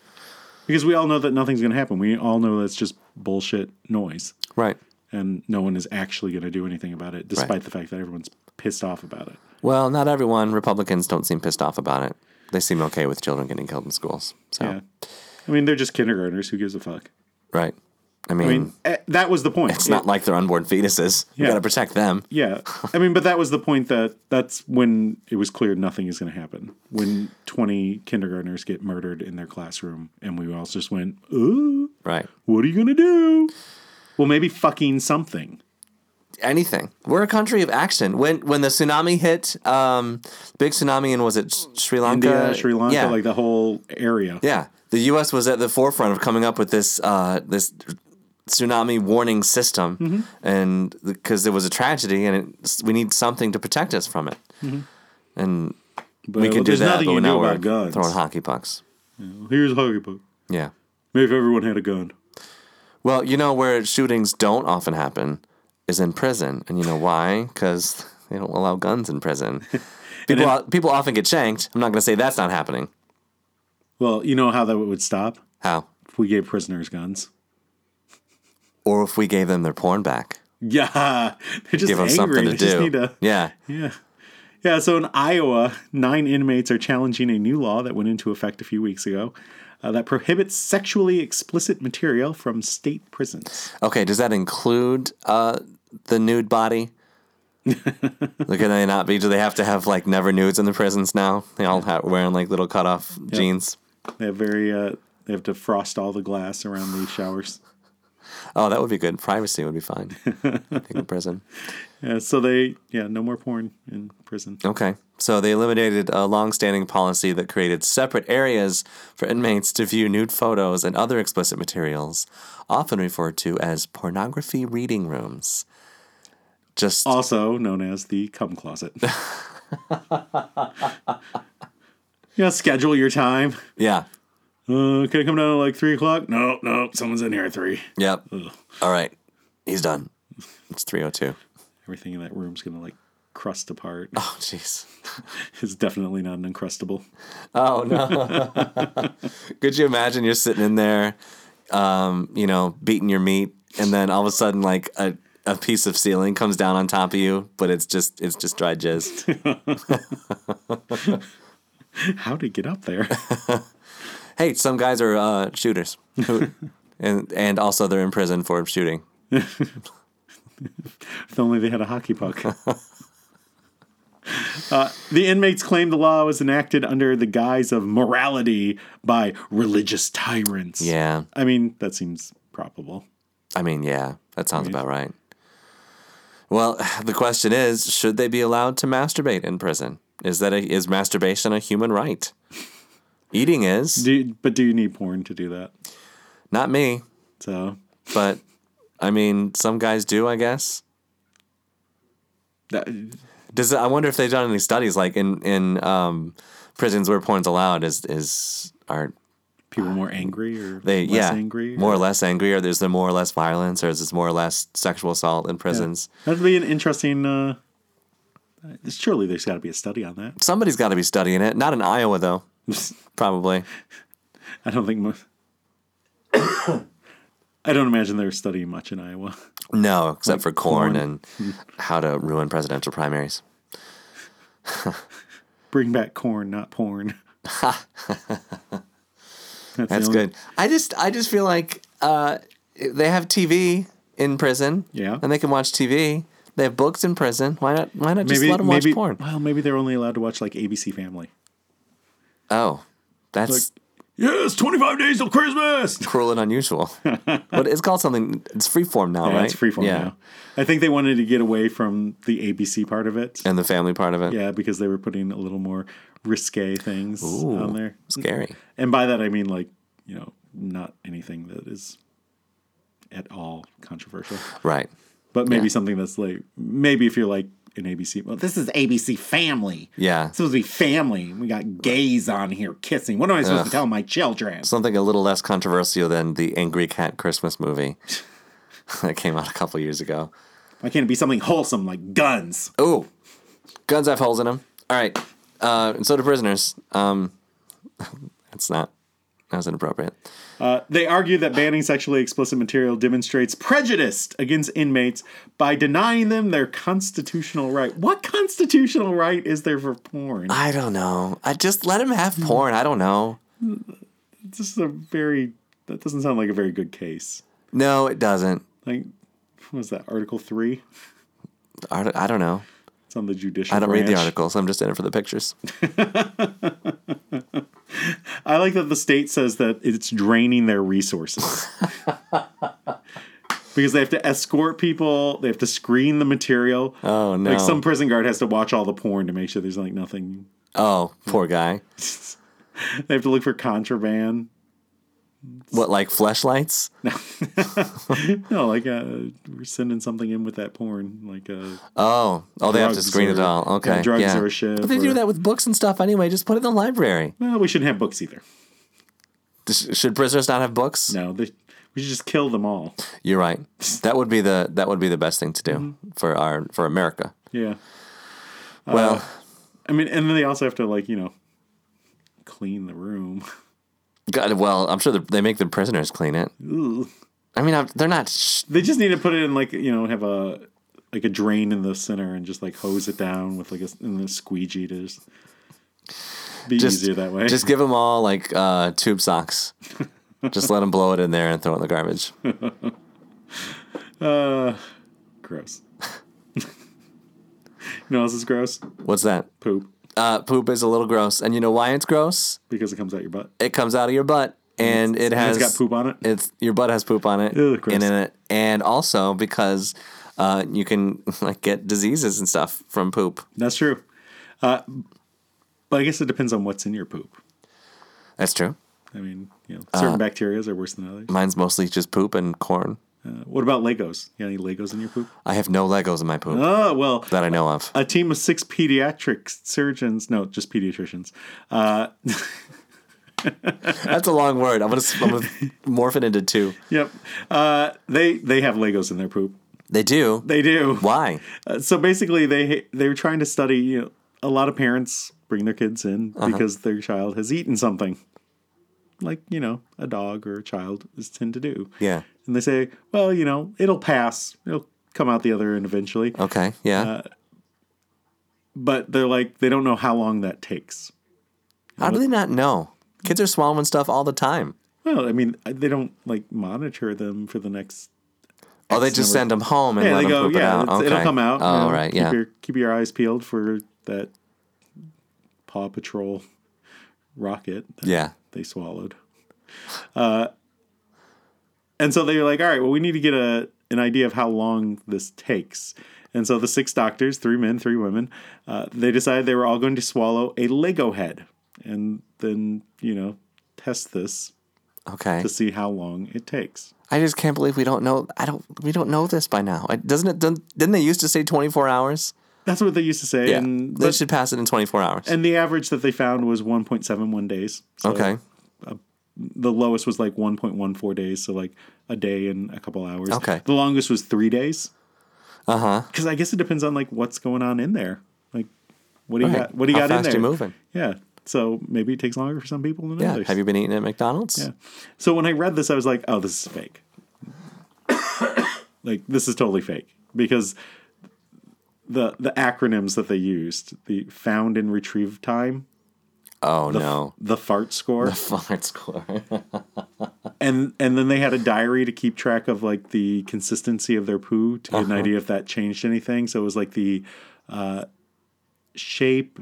S1: Because we all know that nothing's going to happen. We all know that's just bullshit noise.
S2: Right.
S1: and no one is actually going to do anything about it, despite
S2: Right.
S1: the fact that everyone's pissed off about it.
S2: Well, not everyone. Republicans don't seem pissed off about it. They seem okay with children getting killed in schools. So
S1: Yeah, I mean they're just kindergartners. Who gives a fuck?
S2: right. I mean,
S1: I mean eh, that was the point.
S2: Hmm. it's
S1: It-
S2: not like they're unborn fetuses. You
S1: Yeah.
S2: gotta protect them.
S1: yeah, I mean, but that was the point that that's when it was clear nothing is going to happen. When twenty kindergartners get murdered in their classroom, and we all just went, "Ooh,
S2: Right.
S1: what are you going to do?" Well, maybe fucking something.
S2: anything. We're a country of action. When when the tsunami hit, um, big tsunami and was it Sh- Sri Lanka?
S1: India, uh, Sri Lanka,
S2: yeah.
S1: like the whole area.
S2: yeah. The U.S. was at the forefront of coming up with this uh, this tsunami warning system,
S1: Mm-hmm.
S2: and because there was a tragedy, and it, we need something to protect us from it, and
S1: But,
S2: we can
S1: Mm-hmm. well,
S2: do
S1: there's
S2: that.
S1: nothing
S2: But
S1: you
S2: now
S1: do
S2: we're
S1: about guns.
S2: throwing hockey pucks.
S1: Here's hockey puck.
S2: Yeah.
S1: Maybe if everyone had a gun.
S2: Well, you know where shootings don't often happen is in prison, and you know why? Because they don't allow guns in
S1: (laughs)
S2: prison. People, o- people often get shanked. I'm not going to say that's not happening.
S1: Well, you know how that would stop.
S2: How?
S1: if we gave prisoners guns. (laughs)
S2: Or if we gave them their porn back,
S1: Yeah, they're just
S2: give them
S1: angry.
S2: something to
S1: they just
S2: do.
S1: need to.
S2: Yeah,
S1: Yeah. Yeah, so in Iowa, nine inmates are challenging a new law that went into effect a few weeks ago uh, that prohibits sexually explicit material from state prisons.
S2: Okay, does that include uh, the nude
S1: (laughs)
S2: body? Like, Can they not be? Do they have to have like never nudes in the prisons now? They all have wearing like little cutoff jeans.
S1: They have very uh, they have to frost all the glass around the showers.
S2: Oh, that would be good. Privacy would
S1: (laughs)
S2: be fine. I think in prison.
S1: Yeah, so they yeah, no more porn in prison.
S2: Okay, so they eliminated a long-standing policy that created separate areas for inmates to view nude photos and other explicit materials, often referred to as pornography reading rooms. Just
S1: Also known as the cum
S2: (laughs)
S1: closet. yeah, schedule your time.
S2: yeah,
S1: Uh, can I come down at like three o'clock? No, no, someone's in here at three.
S2: Yep. All right. He's done. It's 302.
S1: Everything in that room's gonna like crust apart.
S2: Oh, jeez.
S1: (laughs) It's definitely not an uncrustable.
S2: Oh, no. (laughs) Could you imagine you're sitting in there, um, you know, beating your meat, and then all of a sudden, like, a, a piece of ceiling comes down on top of you, but it's just it's just dry jizz.
S1: How would it get up there? (laughs)
S2: hey, some guys are uh, shooters, Who- and and also they're in prison for shooting.
S1: (laughs) if only they had a hockey puck. Uh, the inmates claim the law was enacted under the guise of morality by religious tyrants.
S2: Yeah.
S1: I mean, that seems probable.
S2: I mean, yeah, that sounds about right. Well, the question is, should they be allowed to masturbate in prison? Is that a, is masturbation a human right? Eating is
S1: Do you, but do you need porn to do that?
S2: not me,
S1: So
S2: but I mean, some guys do, I guess.
S1: that,
S2: Does I wonder if they've done any studies like in in um, prisons where porn's allowed is is are
S1: people more angry or
S2: they
S1: less
S2: yeah
S1: angry?
S2: more or less angry or is there more or less violence or is this more or less sexual assault in prisons?
S1: That'd be an interesting. Uh, surely there's got to be a study on that.
S2: Somebody's got to be studying it. Not in Iowa
S1: (laughs)
S2: though, probably.
S1: I don't think most. (coughs) I don't imagine they're studying much in Iowa.
S2: No, except for
S1: (laughs)
S2: corn, and how to ruin presidential primaries.
S1: Bring back corn, not
S2: (laughs)
S1: porn. the
S2: That's
S1: only-
S2: good. I just I just feel like uh, they have TV in prison.
S1: Yeah.
S2: and they can watch TV. They have books in prison. Why not? Why not just
S1: Maybe
S2: let them watch
S1: maybe
S2: porn?
S1: well, maybe they're only allowed to watch like ABC Family.
S2: Oh, that's
S1: Yes, twenty five days till Christmas.
S2: cruel and
S1: (laughs)
S2: unusual. but it's called something. It's freeform now,
S1: Yeah,
S2: right?
S1: it's freeform now. I think they wanted to get away from the ABC part of it.
S2: And the family part of it.
S1: Yeah, because they were putting a little more risque things on there.
S2: Scary.
S1: And by that I mean like, you know, not anything that is at all controversial.
S2: Right.
S1: But maybe
S2: Yeah.
S1: something that's like maybe if you're like an ABC well, this is ABC family.
S2: Yeah.
S1: It's supposed to be family. We got gays on here kissing. What am I supposed to tell my children?
S2: Something a little less controversial than the Angry Cat Christmas movie (laughs) that came out a couple years ago.
S1: Why can't it be something wholesome like guns?
S2: Ooh, guns have holes in them. All right, uh, and so do prisoners. Um, (laughs) that's not. That was inappropriate.
S1: Uh, They argue that banning sexually explicit material demonstrates prejudice against inmates by denying them their constitutional right. What constitutional right is there for porn?
S2: I don't know. I just let him have porn. I don't know.
S1: This is a very that doesn't sound like a very good case.
S2: No, it doesn't.
S1: Like what was that Article Three?
S2: I don't I don't know.
S1: It's on the judicial.
S2: I don't read the
S1: branch.
S2: articles. I'm just in it for the pictures.
S1: I like that the state says that it's draining their
S2: (laughs)
S1: resources. Because they have to escort people, they have to screen the material.
S2: Oh no.
S1: Like some prison guard has to watch all the porn to make sure there's like nothing
S2: oh, poor guy.
S1: They have to look for contraband.
S2: What like fleshlights?
S1: No, like uh, we're sending something in with that porn, like uh,
S2: Oh, oh, they have to
S1: Drugs
S2: screen it
S1: or-
S2: all. Okay,
S1: yeah, drugs
S2: yeah.
S1: or shit,
S2: But they do
S1: or-
S2: that with books and stuff anyway. Just put it in the library.
S1: well, we shouldn't have books either.
S2: Sh- Should prisoners not have books?
S1: No, they, we should just kill them all.
S2: You're right. That would be the that would be the best thing to do
S1: Mm-hmm.
S2: for our for America.
S1: Yeah, Uh,
S2: Well,
S1: I mean, and then they also have to like you know clean the room. (laughs)
S2: God, well, I'm sure the, they make the prisoners clean it.
S1: Ugh.
S2: I mean, I'm, they're not. Sh-
S1: They just need to put it in like you know have a like a drain in the center and just like hose it down with like a and the squeegee to just be
S2: just
S1: easier that way.
S2: Just give them all like uh, tube socks. just let them blow it in there and throw it in the garbage.
S1: (laughs) gross. (laughs) you know what else is gross?
S2: What's that?
S1: Poop
S2: Uh, poop is a little gross, and you know why it's gross?
S1: because it comes out your butt.
S2: It comes out of your butt, and it
S1: And
S2: has
S1: it's got poop on Mm. it.
S2: It's your butt has poop on it,
S1: Ew, gross.
S2: and in it, and also because uh, you can (laughs) like get diseases and stuff from poop.
S1: That's true. Uh, but I guess it depends on what's in your poop.
S2: That's true.
S1: I mean, you know, certain
S2: Uh,
S1: bacterias are worse than others.
S2: Mine's mostly just poop and corn.
S1: Uh, what about Legos? You got any Legos in your poop?
S2: I have no Legos in my poop
S1: Oh, well,
S2: that I know
S1: (laughs)
S2: of.
S1: a team of six pediatric surgeons, no, just pediatricians, uh, (laughs)
S2: That's a long word. I'm gonna, I'm
S1: (laughs)
S2: gonna morph it into two.
S1: yep, uh, they, they have Legos in their poop.
S2: They do.
S1: They do.
S2: Why?
S1: Uh, so basically, they, they were trying to study, you know, a lot of parents bring their kids in because their child has eaten something. Like, you know, a dog or a child is tend to do.
S2: Yeah.
S1: And they say, well, you know, it'll pass. It'll come out the other end eventually.
S2: Okay. Yeah.
S1: Uh, But they're like, they don't know how long that takes.
S2: How do they not know? Kids are swallowing stuff all the time.
S1: Well, I mean, they don't like monitor them for the next.
S2: Oh, they just send them home and
S1: Yeah,
S2: let
S1: they
S2: them
S1: go,
S2: poop it
S1: yeah,
S2: out.
S1: it's-
S2: okay.
S1: it'll come out.
S2: Oh,
S1: you know,
S2: right.
S1: Keep
S2: Yeah.
S1: Your, keep your eyes peeled for that Paw Patrol rocket that
S2: Yeah.
S1: they swallowed. Uh, and so they were like, all right, well, we need to get a an idea of how long this takes. And so the six doctors, three men, three women, uh, they decided they were all going to swallow a Lego head and then, you know, test this
S2: Okay.
S1: to see how long it takes.
S2: I just can't believe we don't know. I don't. We don't know this by now. I, doesn't it? Doesn't, didn't they used to say twenty four hours?
S1: That's what they used to say.
S2: Yeah.
S1: And,
S2: they
S1: but-
S2: should pass it in twenty four hours.
S1: and the average that they found was 1.71 days. So
S2: okay.
S1: The lowest was like 1.14 days. So like a day and a couple hours.
S2: Okay.
S1: The longest was three days.
S2: Uh huh.
S1: because I guess it depends on like what's going on in there. Like, what do you
S2: Right.
S1: got? What do you
S2: How
S1: got in
S2: fast
S1: there?
S2: you moving.
S1: Yeah. So maybe it takes longer for some people than
S2: Yeah.
S1: others.
S2: Have you been eating at McDonald's?
S1: Yeah. So when I read this, I was like, oh, this is fake. (coughs) like this is totally fake because the the acronyms that they used, the found and retrieve time,
S2: Oh no.
S1: the fart score,
S2: (laughs) Fart score.
S1: and and then they had a diary to keep track of like the consistency of their poo to get an idea if that changed anything. So it was like the uh, shape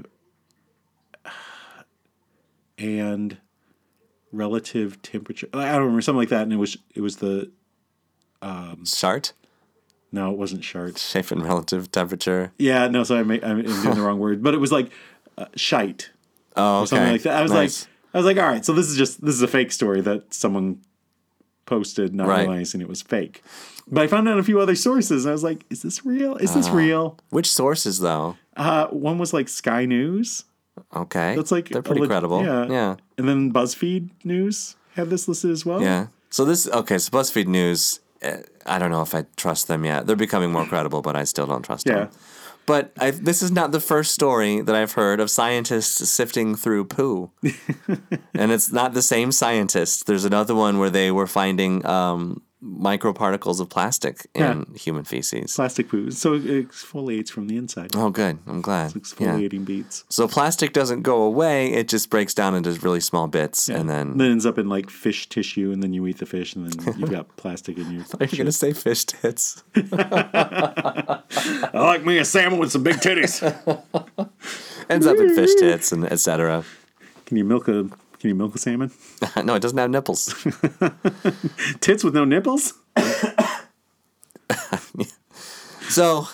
S1: and relative temperature. I don't remember something like that. And it was it was the
S2: Shart.
S1: no, it wasn't shart.
S2: Shape and relative temperature.
S1: Yeah, no, sorry, I'm, I'm doing the wrong word, but it was like uh, shite.
S2: Oh, okay.
S1: something like that. I was
S2: Nice.
S1: like, I was like, all right, so this is just this is a fake story that someone posted, not
S2: Right.
S1: realizing it was fake. But I found out a few other sources, and I was like, is this real? Is this real?
S2: which sources though?
S1: Uh, one was like Sky News.
S2: Okay.
S1: That's like
S2: they're
S1: a
S2: pretty
S1: leg-
S2: credible.
S1: Yeah.
S2: Yeah.
S1: And then BuzzFeed News had this listed as well.
S2: Yeah. So this okay. So BuzzFeed News. eh, I don't know if I trust them yet. They're becoming more credible, but I still don't trust
S1: Yeah.
S2: them. But I, this is not the first story that I've heard of scientists sifting through poo, and it's not the same scientists. There's another one where they were finding um, microparticles of plastic in human feces.
S1: Plastic poo, so it exfoliates from the inside.
S2: Oh, good. I'm glad. Yeah.
S1: Exfoliating beads.
S2: So plastic doesn't go away; it just breaks down into really small bits, and then (laughs)
S1: And then it ends up in like fish tissue, and then you eat the fish, and then (laughs) you've got plastic in your.
S2: are you gonna say fish tits?
S1: I like me a salmon with some big titties.
S2: Ends up in fish tits and etc.
S1: (laughs) can you milk a? Can you milk a salmon?
S2: (laughs) no, it doesn't have nipples.
S1: Tits with no nipples?
S2: So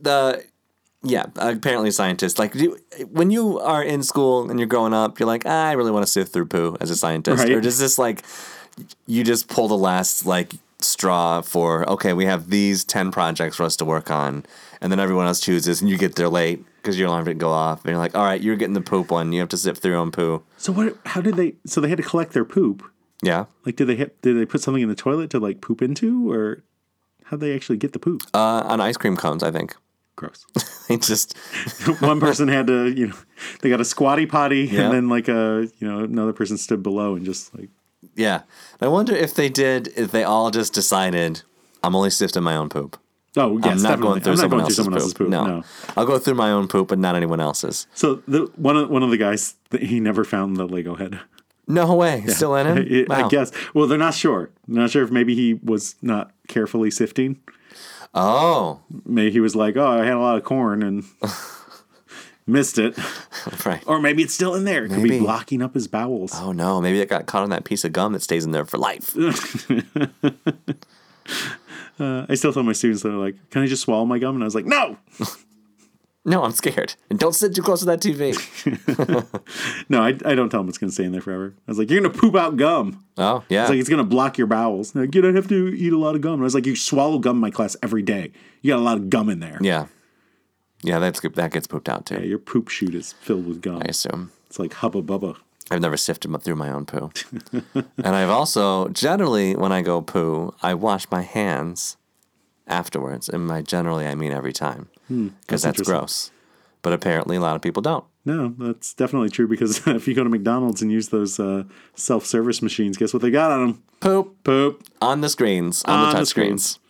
S2: the yeah, apparently scientists like you, when you are in school and you're growing up, you're like, "Ah, I really want to sift through poo as a scientist,
S1: Right.
S2: or does this like you just pull the last like straw for okay, we have these ten projects for us to work on, and then everyone else chooses, and you get there late because your alarm didn't go off, and you're like, all right, you're getting the poop one, you have to sift through on poo,
S1: So what? How did they? So they had to collect their poop.
S2: yeah.
S1: Like, did they hit, did they put something in the toilet to like poop into, or how would they actually get the poop?
S2: Uh, on ice cream cones, I think. (laughs)
S1: Gross.
S2: It just
S1: (laughs) One person had to, you know, they got a squatty potty,
S2: Yeah.
S1: and then like a, you know, another person stood below and just like,
S2: yeah. I wonder if they did if they all just decided I'm only sifting my own poop.
S1: oh, yes,
S2: I'm not
S1: definitely.
S2: going through
S1: I'm not going
S2: someone,
S1: through
S2: else's,
S1: someone
S2: poop.
S1: else's poop.
S2: No.
S1: No.
S2: I'll go through my own poop, but not anyone else's.
S1: So the one of one of the guys, he never found the Lego head.
S2: No way. Still
S1: (laughs)
S2: in
S1: I-
S2: it? Mm, Wow.
S1: I guess. Well, they're not sure. They're not sure if maybe he was not carefully sifting.
S2: Oh,
S1: Maybe he was like, oh, I had a lot of corn
S2: (laughs)
S1: and missed it.
S2: right.
S1: Or maybe it's still in there. It could be
S2: Maybe.
S1: blocking up his bowels.
S2: Oh no, maybe it got caught on that piece of gum that stays in there
S1: (laughs)
S2: for life.
S1: I still tell my students that are like, "Can I just swallow my gum?" And I was like, "No,
S2: No, I'm scared. And don't sit too close to
S1: (laughs)
S2: that TV.
S1: no, I, I don't tell them it's going to stay in there forever." I was like, "You're going to poop out gum.
S2: Oh, yeah.
S1: It's like it's going to block your bowels." And they're like, you don't have to eat a lot of gum. And I was like, "You swallow gum in my class every day. You got a lot of gum in there.
S2: yeah. Yeah, that's that gets pooped out too.
S1: Your poop chute is filled with gum.
S2: I assume.
S1: It's like hubba bubba."
S2: I've never sifted my- through my own poo. and I've also generally when I go poo, I wash my hands afterwards. And by generally I mean every time. Because that's
S1: Hmm, interesting.
S2: gross. But apparently a lot of people don't.
S1: No, that's definitely true because (laughs) if you go to McDonald's and use those uh, self-service machines, guess what they got on them?
S2: Poop.
S1: Poop.
S2: on the screens, on,
S1: On
S2: the
S1: the
S2: touch screens.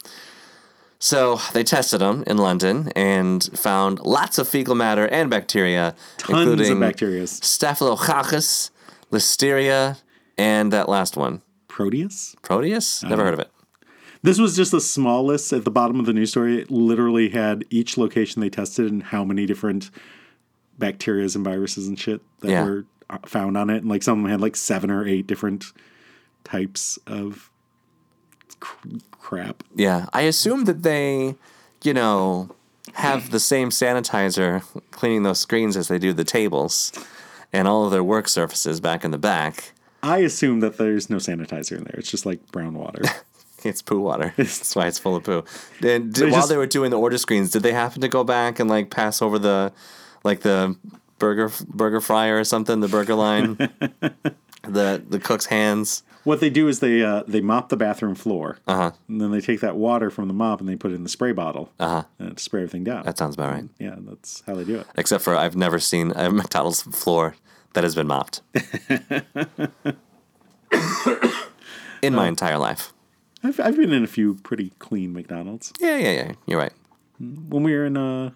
S2: So they tested them in London and found lots of fecal matter and bacteria,
S1: Tons
S2: including
S1: of bacteria.
S2: Staphylococcus, Listeria, and that last one,
S1: Proteus.
S2: Proteus.
S1: Uh-huh.
S2: Never heard of it.
S1: This was just the smallest at the bottom of the news story. It literally had each location they tested and how many different bacterias and viruses and shit that
S2: Yeah.
S1: were uh, found on it, and like some of them had like seven or eight different types of cr- crap.
S2: Yeah, I assume that they, you know, have the same sanitizer cleaning those screens as they do the tables and all of their work surfaces back in the back.
S1: I assume that there's no sanitizer in there. It's just like brown water.
S2: It's poo water. (laughs) That's why it's full of poo. And did,
S1: They
S2: while
S1: just-
S2: they were doing the order screens, did they happen to go back and like pass over the, like the burger burger fryer or something, the burger
S1: (laughs)
S2: line, the the cook's hands?
S1: what they do is they uh, they mop the bathroom floor, and then they take that water from the mop and they put it in the spray bottle and spray everything down.
S2: That sounds about right.
S1: yeah, that's how they do it.
S2: Except for I've never seen a McDonald's floor that has been mopped in my entire life.
S1: I've, I've been in a few pretty clean McDonald's.
S2: Yeah, yeah, yeah. You're right.
S1: When we were in uh,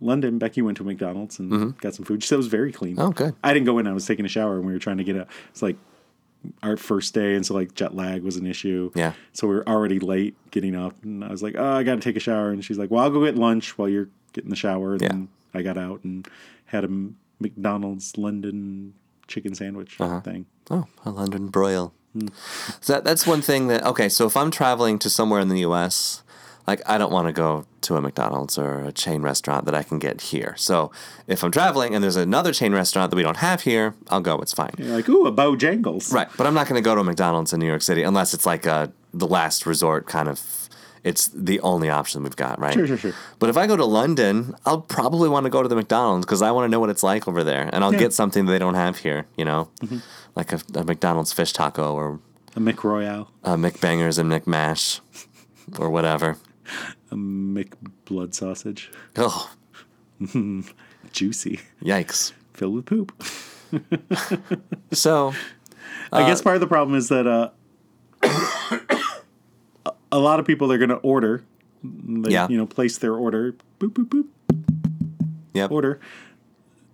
S1: London, Becky went to McDonald's and got some food. She said it was very clean.
S2: Mm-hmm. Oh, good.
S1: I didn't go in. I was taking a shower and we were trying to get out. It's like our first day, and so like jet lag was an issue.
S2: Yeah.
S1: So we were already late getting up, and I was like, "Oh, I got to take a shower," and she's like, "Well, I'll go get lunch while you're getting the shower." And
S2: Yeah.
S1: then I got out and had a M- McDonald's London chicken sandwich thing.
S2: Oh, a London broil. So that, that's one thing that okay. So if I'm traveling to somewhere in the U.S., like I don't want to go to a McDonald's or a chain restaurant that I can get here. So if I'm traveling and there's another chain restaurant that we don't have here, I'll go. It's fine.
S1: You're like, "Ooh, a Bojangles."
S2: Right, but I'm not going to go to a McDonald's in New York City unless it's like a the last resort kind of. It's the only option we've got,
S1: (laughs)
S2: right?
S1: Sure, sure, sure.
S2: But if I go to London, I'll probably want to go to the McDonald's because I want to know what it's like over there, and I'll get something they don't have here, you know,
S1: Mm-hmm.
S2: like a, a McDonald's fish taco or
S1: A McRoyale,
S2: uh, McBangers and McMash or whatever.
S1: McBlood sausage,
S2: Oh,
S1: juicy, (laughs)
S2: yikes!
S1: filled with poop.
S2: So
S1: I guess part of the problem is that uh, (coughs) a- a lot of people they're going to order, they,
S2: Yeah.
S1: you know, place their order, boop boop boop,
S2: yep,
S1: order,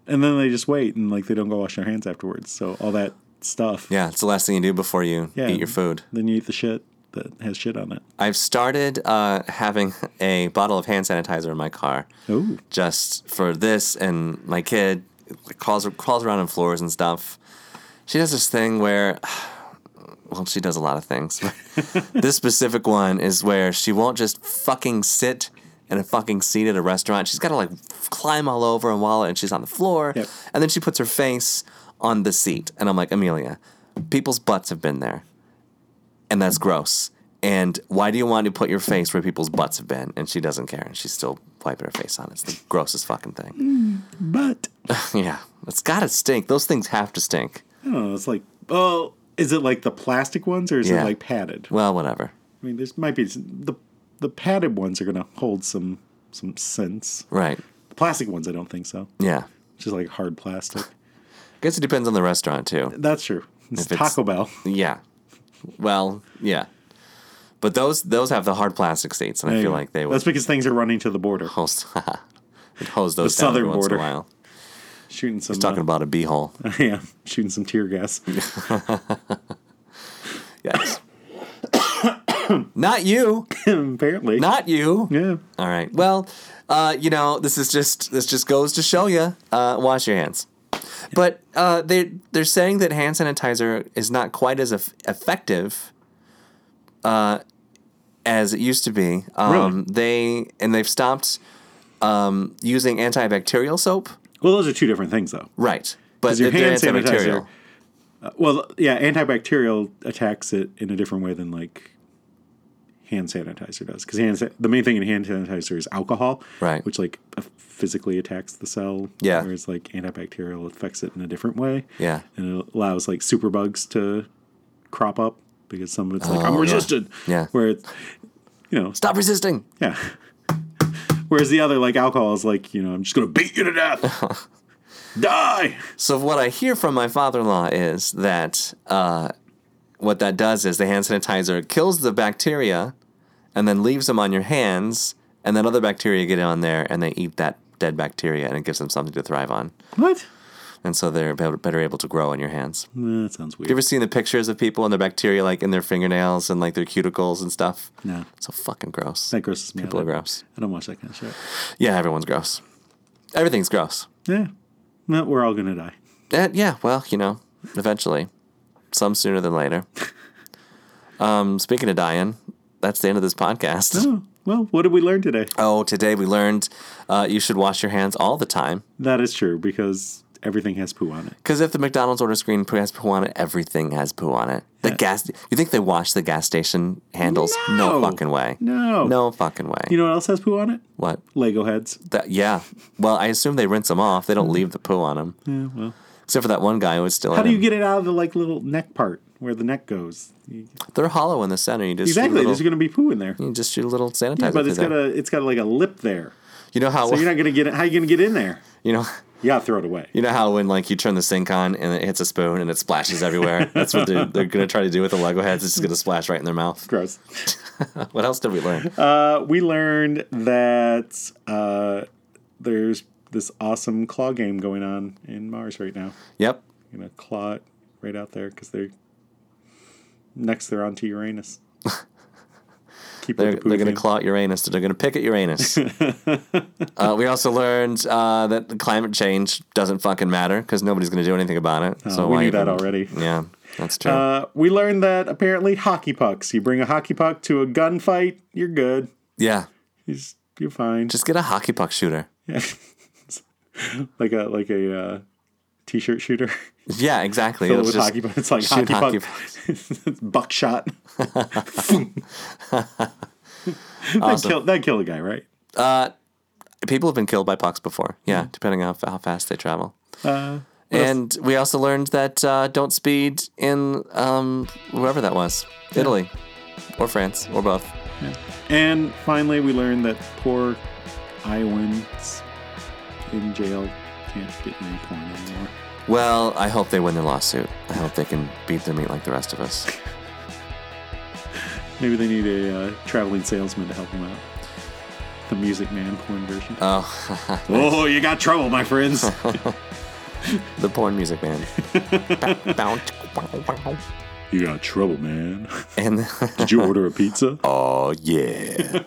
S1: and then they just wait and like they don't go wash their hands afterwards. So all that stuff.
S2: yeah, it's the last thing you do before you
S1: Yeah.
S2: eat your food.
S1: Then you eat the shit that has shit on it.
S2: I've started uh, having a bottle of hand sanitizer in my car.
S1: Oh,
S2: just for this and my kid crawls crawls around on floors and stuff. She does this thing where (sighs) well, she does a lot of things. (laughs) this specific one is where she won't just fucking sit in a fucking seat at a restaurant. She's got to like climb all over and wallet, and she's on the floor.
S1: Yep.
S2: And then she puts her face on the seat. And I'm like, Amelia, people's butts have been there. And that's gross. And why do you want to put your face where people's butts have been? And she doesn't care. And she's still wiping her face on it. It's the grossest fucking thing.
S1: but
S2: (laughs) yeah. It's got to stink. Those things have to stink.
S1: I don't know. It's like, oh, is it like the plastic ones or is
S2: Yeah.
S1: it like padded?
S2: Well, whatever.
S1: I mean, there's might be the the padded ones are going to hold some some sense.
S2: Right.
S1: The plastic ones, I don't think so.
S2: Yeah.
S1: Just like hard plastic.
S2: guess it depends on the restaurant, too.
S1: That's true. It's
S2: If it's-
S1: Taco Bell.
S2: Yeah. Well, yeah. But those those have the hard plastic seats, and I feel like they would
S1: That's because things are running to the border.
S2: hose, (laughs) would hose those
S1: The
S2: down every
S1: southern
S2: once in
S1: border.
S2: a while.
S1: Shooting some.
S2: Talking about a beehole.
S1: (coughs) uh, (laughs) yeah, shooting some tear
S2: (laughs)
S1: gas. (laughs)
S2: Yes. (coughs) Not you.
S1: Apparently.
S2: Not you.
S1: yeah.
S2: All right. Well, uh, you know, this is just this just goes to show you uh, wash your hands. But uh, they they're saying that hand sanitizer is not quite as eff- effective uh, as it used to be. Um, They and they've stopped um, using antibacterial soap.
S1: Well, those are two different things, though.
S2: Right. But
S1: 'Cause your
S2: they're
S1: hand sanitizer.
S2: antibacterial.
S1: Uh, well, yeah, antibacterial attacks it in a different way than like hand sanitizer does. Because hand sa- the main thing in hand sanitizer is alcohol,
S2: Right.
S1: Which like f- physically attacks the cell.
S2: Yeah.
S1: Whereas like antibacterial affects it in a different way.
S2: Yeah.
S1: And it allows like superbugs to crop up because some of it's like I'm
S2: Oh, yeah.
S1: resistant.
S2: Yeah.
S1: Where it's you know
S2: Stop resisting.
S1: Yeah. (laughs) Whereas the other, like alcohol, is like you know, I'm just gonna beat you to death,
S2: (laughs)
S1: die.
S2: So what I hear from my father-in-law is that uh, what that does is the hand sanitizer kills the bacteria and then leaves them on your hands, and then other bacteria get on there and they eat that dead bacteria and it gives them something to thrive on,
S1: What?
S2: and so they're better, better able to grow on your hands. You
S1: Nah, that sounds weird.
S2: ever seen the pictures of people and the bacteria like in their fingernails and like their cuticles and stuff?
S1: no,
S2: So fucking gross.
S1: that grosses me
S2: People are
S1: out.
S2: gross.
S1: I don't watch that kind of shit.
S2: Yeah, everyone's gross. everything's gross.
S3: Yeah. No, we're all gonna die.
S2: Eh, yeah, well, you know, eventually, some sooner
S1: (laughs)
S2: than later. Um, speaking of dying, that's the end of this podcast.
S3: Oh, well, what did we learn today?
S2: Oh, today we learned uh, you should wash your hands all the time
S1: That is true because everything has poo on it.
S2: because if the McDonald's order screen poo has poo on it, everything has poo on it. The gas, you think they wash the gas station handles? No,
S1: No.
S2: fucking way.
S1: No.
S2: no fucking way.
S1: You know what else has poo on it?
S2: what?
S1: Lego heads.
S2: That, yeah. Well, I assume they rinse them off. They don't leave the poo on them.
S1: Mm-hmm. Yeah, well.
S2: Except for that one guy who was still
S1: How
S2: in
S1: do you
S2: them.
S1: get it out of the like little neck part where the neck goes?
S2: They're hollow in the center. You just
S1: Exactly.
S2: Shoot a
S1: There's
S2: little,
S1: going to be poo in there.
S2: you just shoot a little sanitizer.
S1: but it's
S2: through
S1: got
S2: there.
S1: a it's got like a lip there.
S2: You know how
S1: So you're not going to get it. How you going to get in there?
S2: you know
S1: You got to throw it away.
S2: you know how when like you turn the sink on and it hits a spoon and it
S1: (laughs)
S2: splashes everywhere. That's what they're, they're gonna try to do with the Lego heads. It's just gonna splash right in their mouth.
S1: Gross.
S2: (laughs) What else did we learn?
S1: Uh, we learned that uh, there's this awesome claw game going on in Mars right now.
S2: yep.
S1: You're going to claw it right out there because they're next they're onto
S2: (laughs)
S1: Uranus. Keep with
S2: They're,
S1: the poo
S2: they're going
S1: theme.
S2: to claw at Uranus. They're going to pick
S1: (laughs)
S2: at Uranus. uh, we also learned uh, that the climate change doesn't fucking matter because nobody's going to do anything about it. so
S1: Oh, Uh, we
S2: why
S1: knew that
S2: even-
S1: already.
S2: Yeah, that's true.
S1: Uh, we learned that apparently hockey pucks. You bring a hockey puck to a gunfight, you're good.
S2: yeah,
S1: He's you're fine.
S2: just get a hockey puck shooter.
S1: (laughs) like a like a uh, t-shirt shooter. (laughs)
S2: Yeah, exactly.
S1: Filled
S2: It'll
S1: with
S2: just-
S1: hockey pucks. It's like
S2: shoot
S1: hockey,
S2: hockey
S1: puck. it's (laughs)
S2: (laughs)
S1: buckshot. that kill that kill a guy, right?
S2: people have been killed by pucks before. Yeah,
S1: Hmm.
S2: depending on how, how fast they travel.
S1: Uh,
S2: and we also learned that uh, don't speed in um, whoever that was, Italy or France or both.
S1: And finally, we learned that poor Iowans in jail can't get any porn anymore.
S2: Well, I hope they win their lawsuit. I hope they can beat their meat like the rest of us.
S1: Maybe they need a uh, traveling salesman to help them out. The Music Man porn version.
S2: Oh, (laughs)
S1: oh, you got trouble, my friends.
S2: the porn music man.
S1: you got trouble, man. (laughs)
S2: and (laughs)
S1: Did you order a pizza?
S2: oh yeah.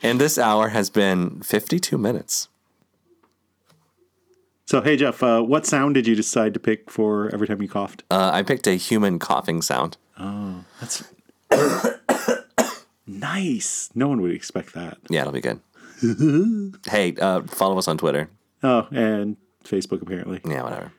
S2: and this hour has been 52 minutes.
S1: So, hey, Jeff, uh, what sound did you decide to pick for every time you coughed?
S2: Uh, I picked a human coughing sound.
S1: That's (coughs) nice. No one would expect that.
S2: Yeah, it'll be good. hey, uh, follow us on Twitter.
S1: Oh, and Facebook apparently.
S2: Yeah, whatever.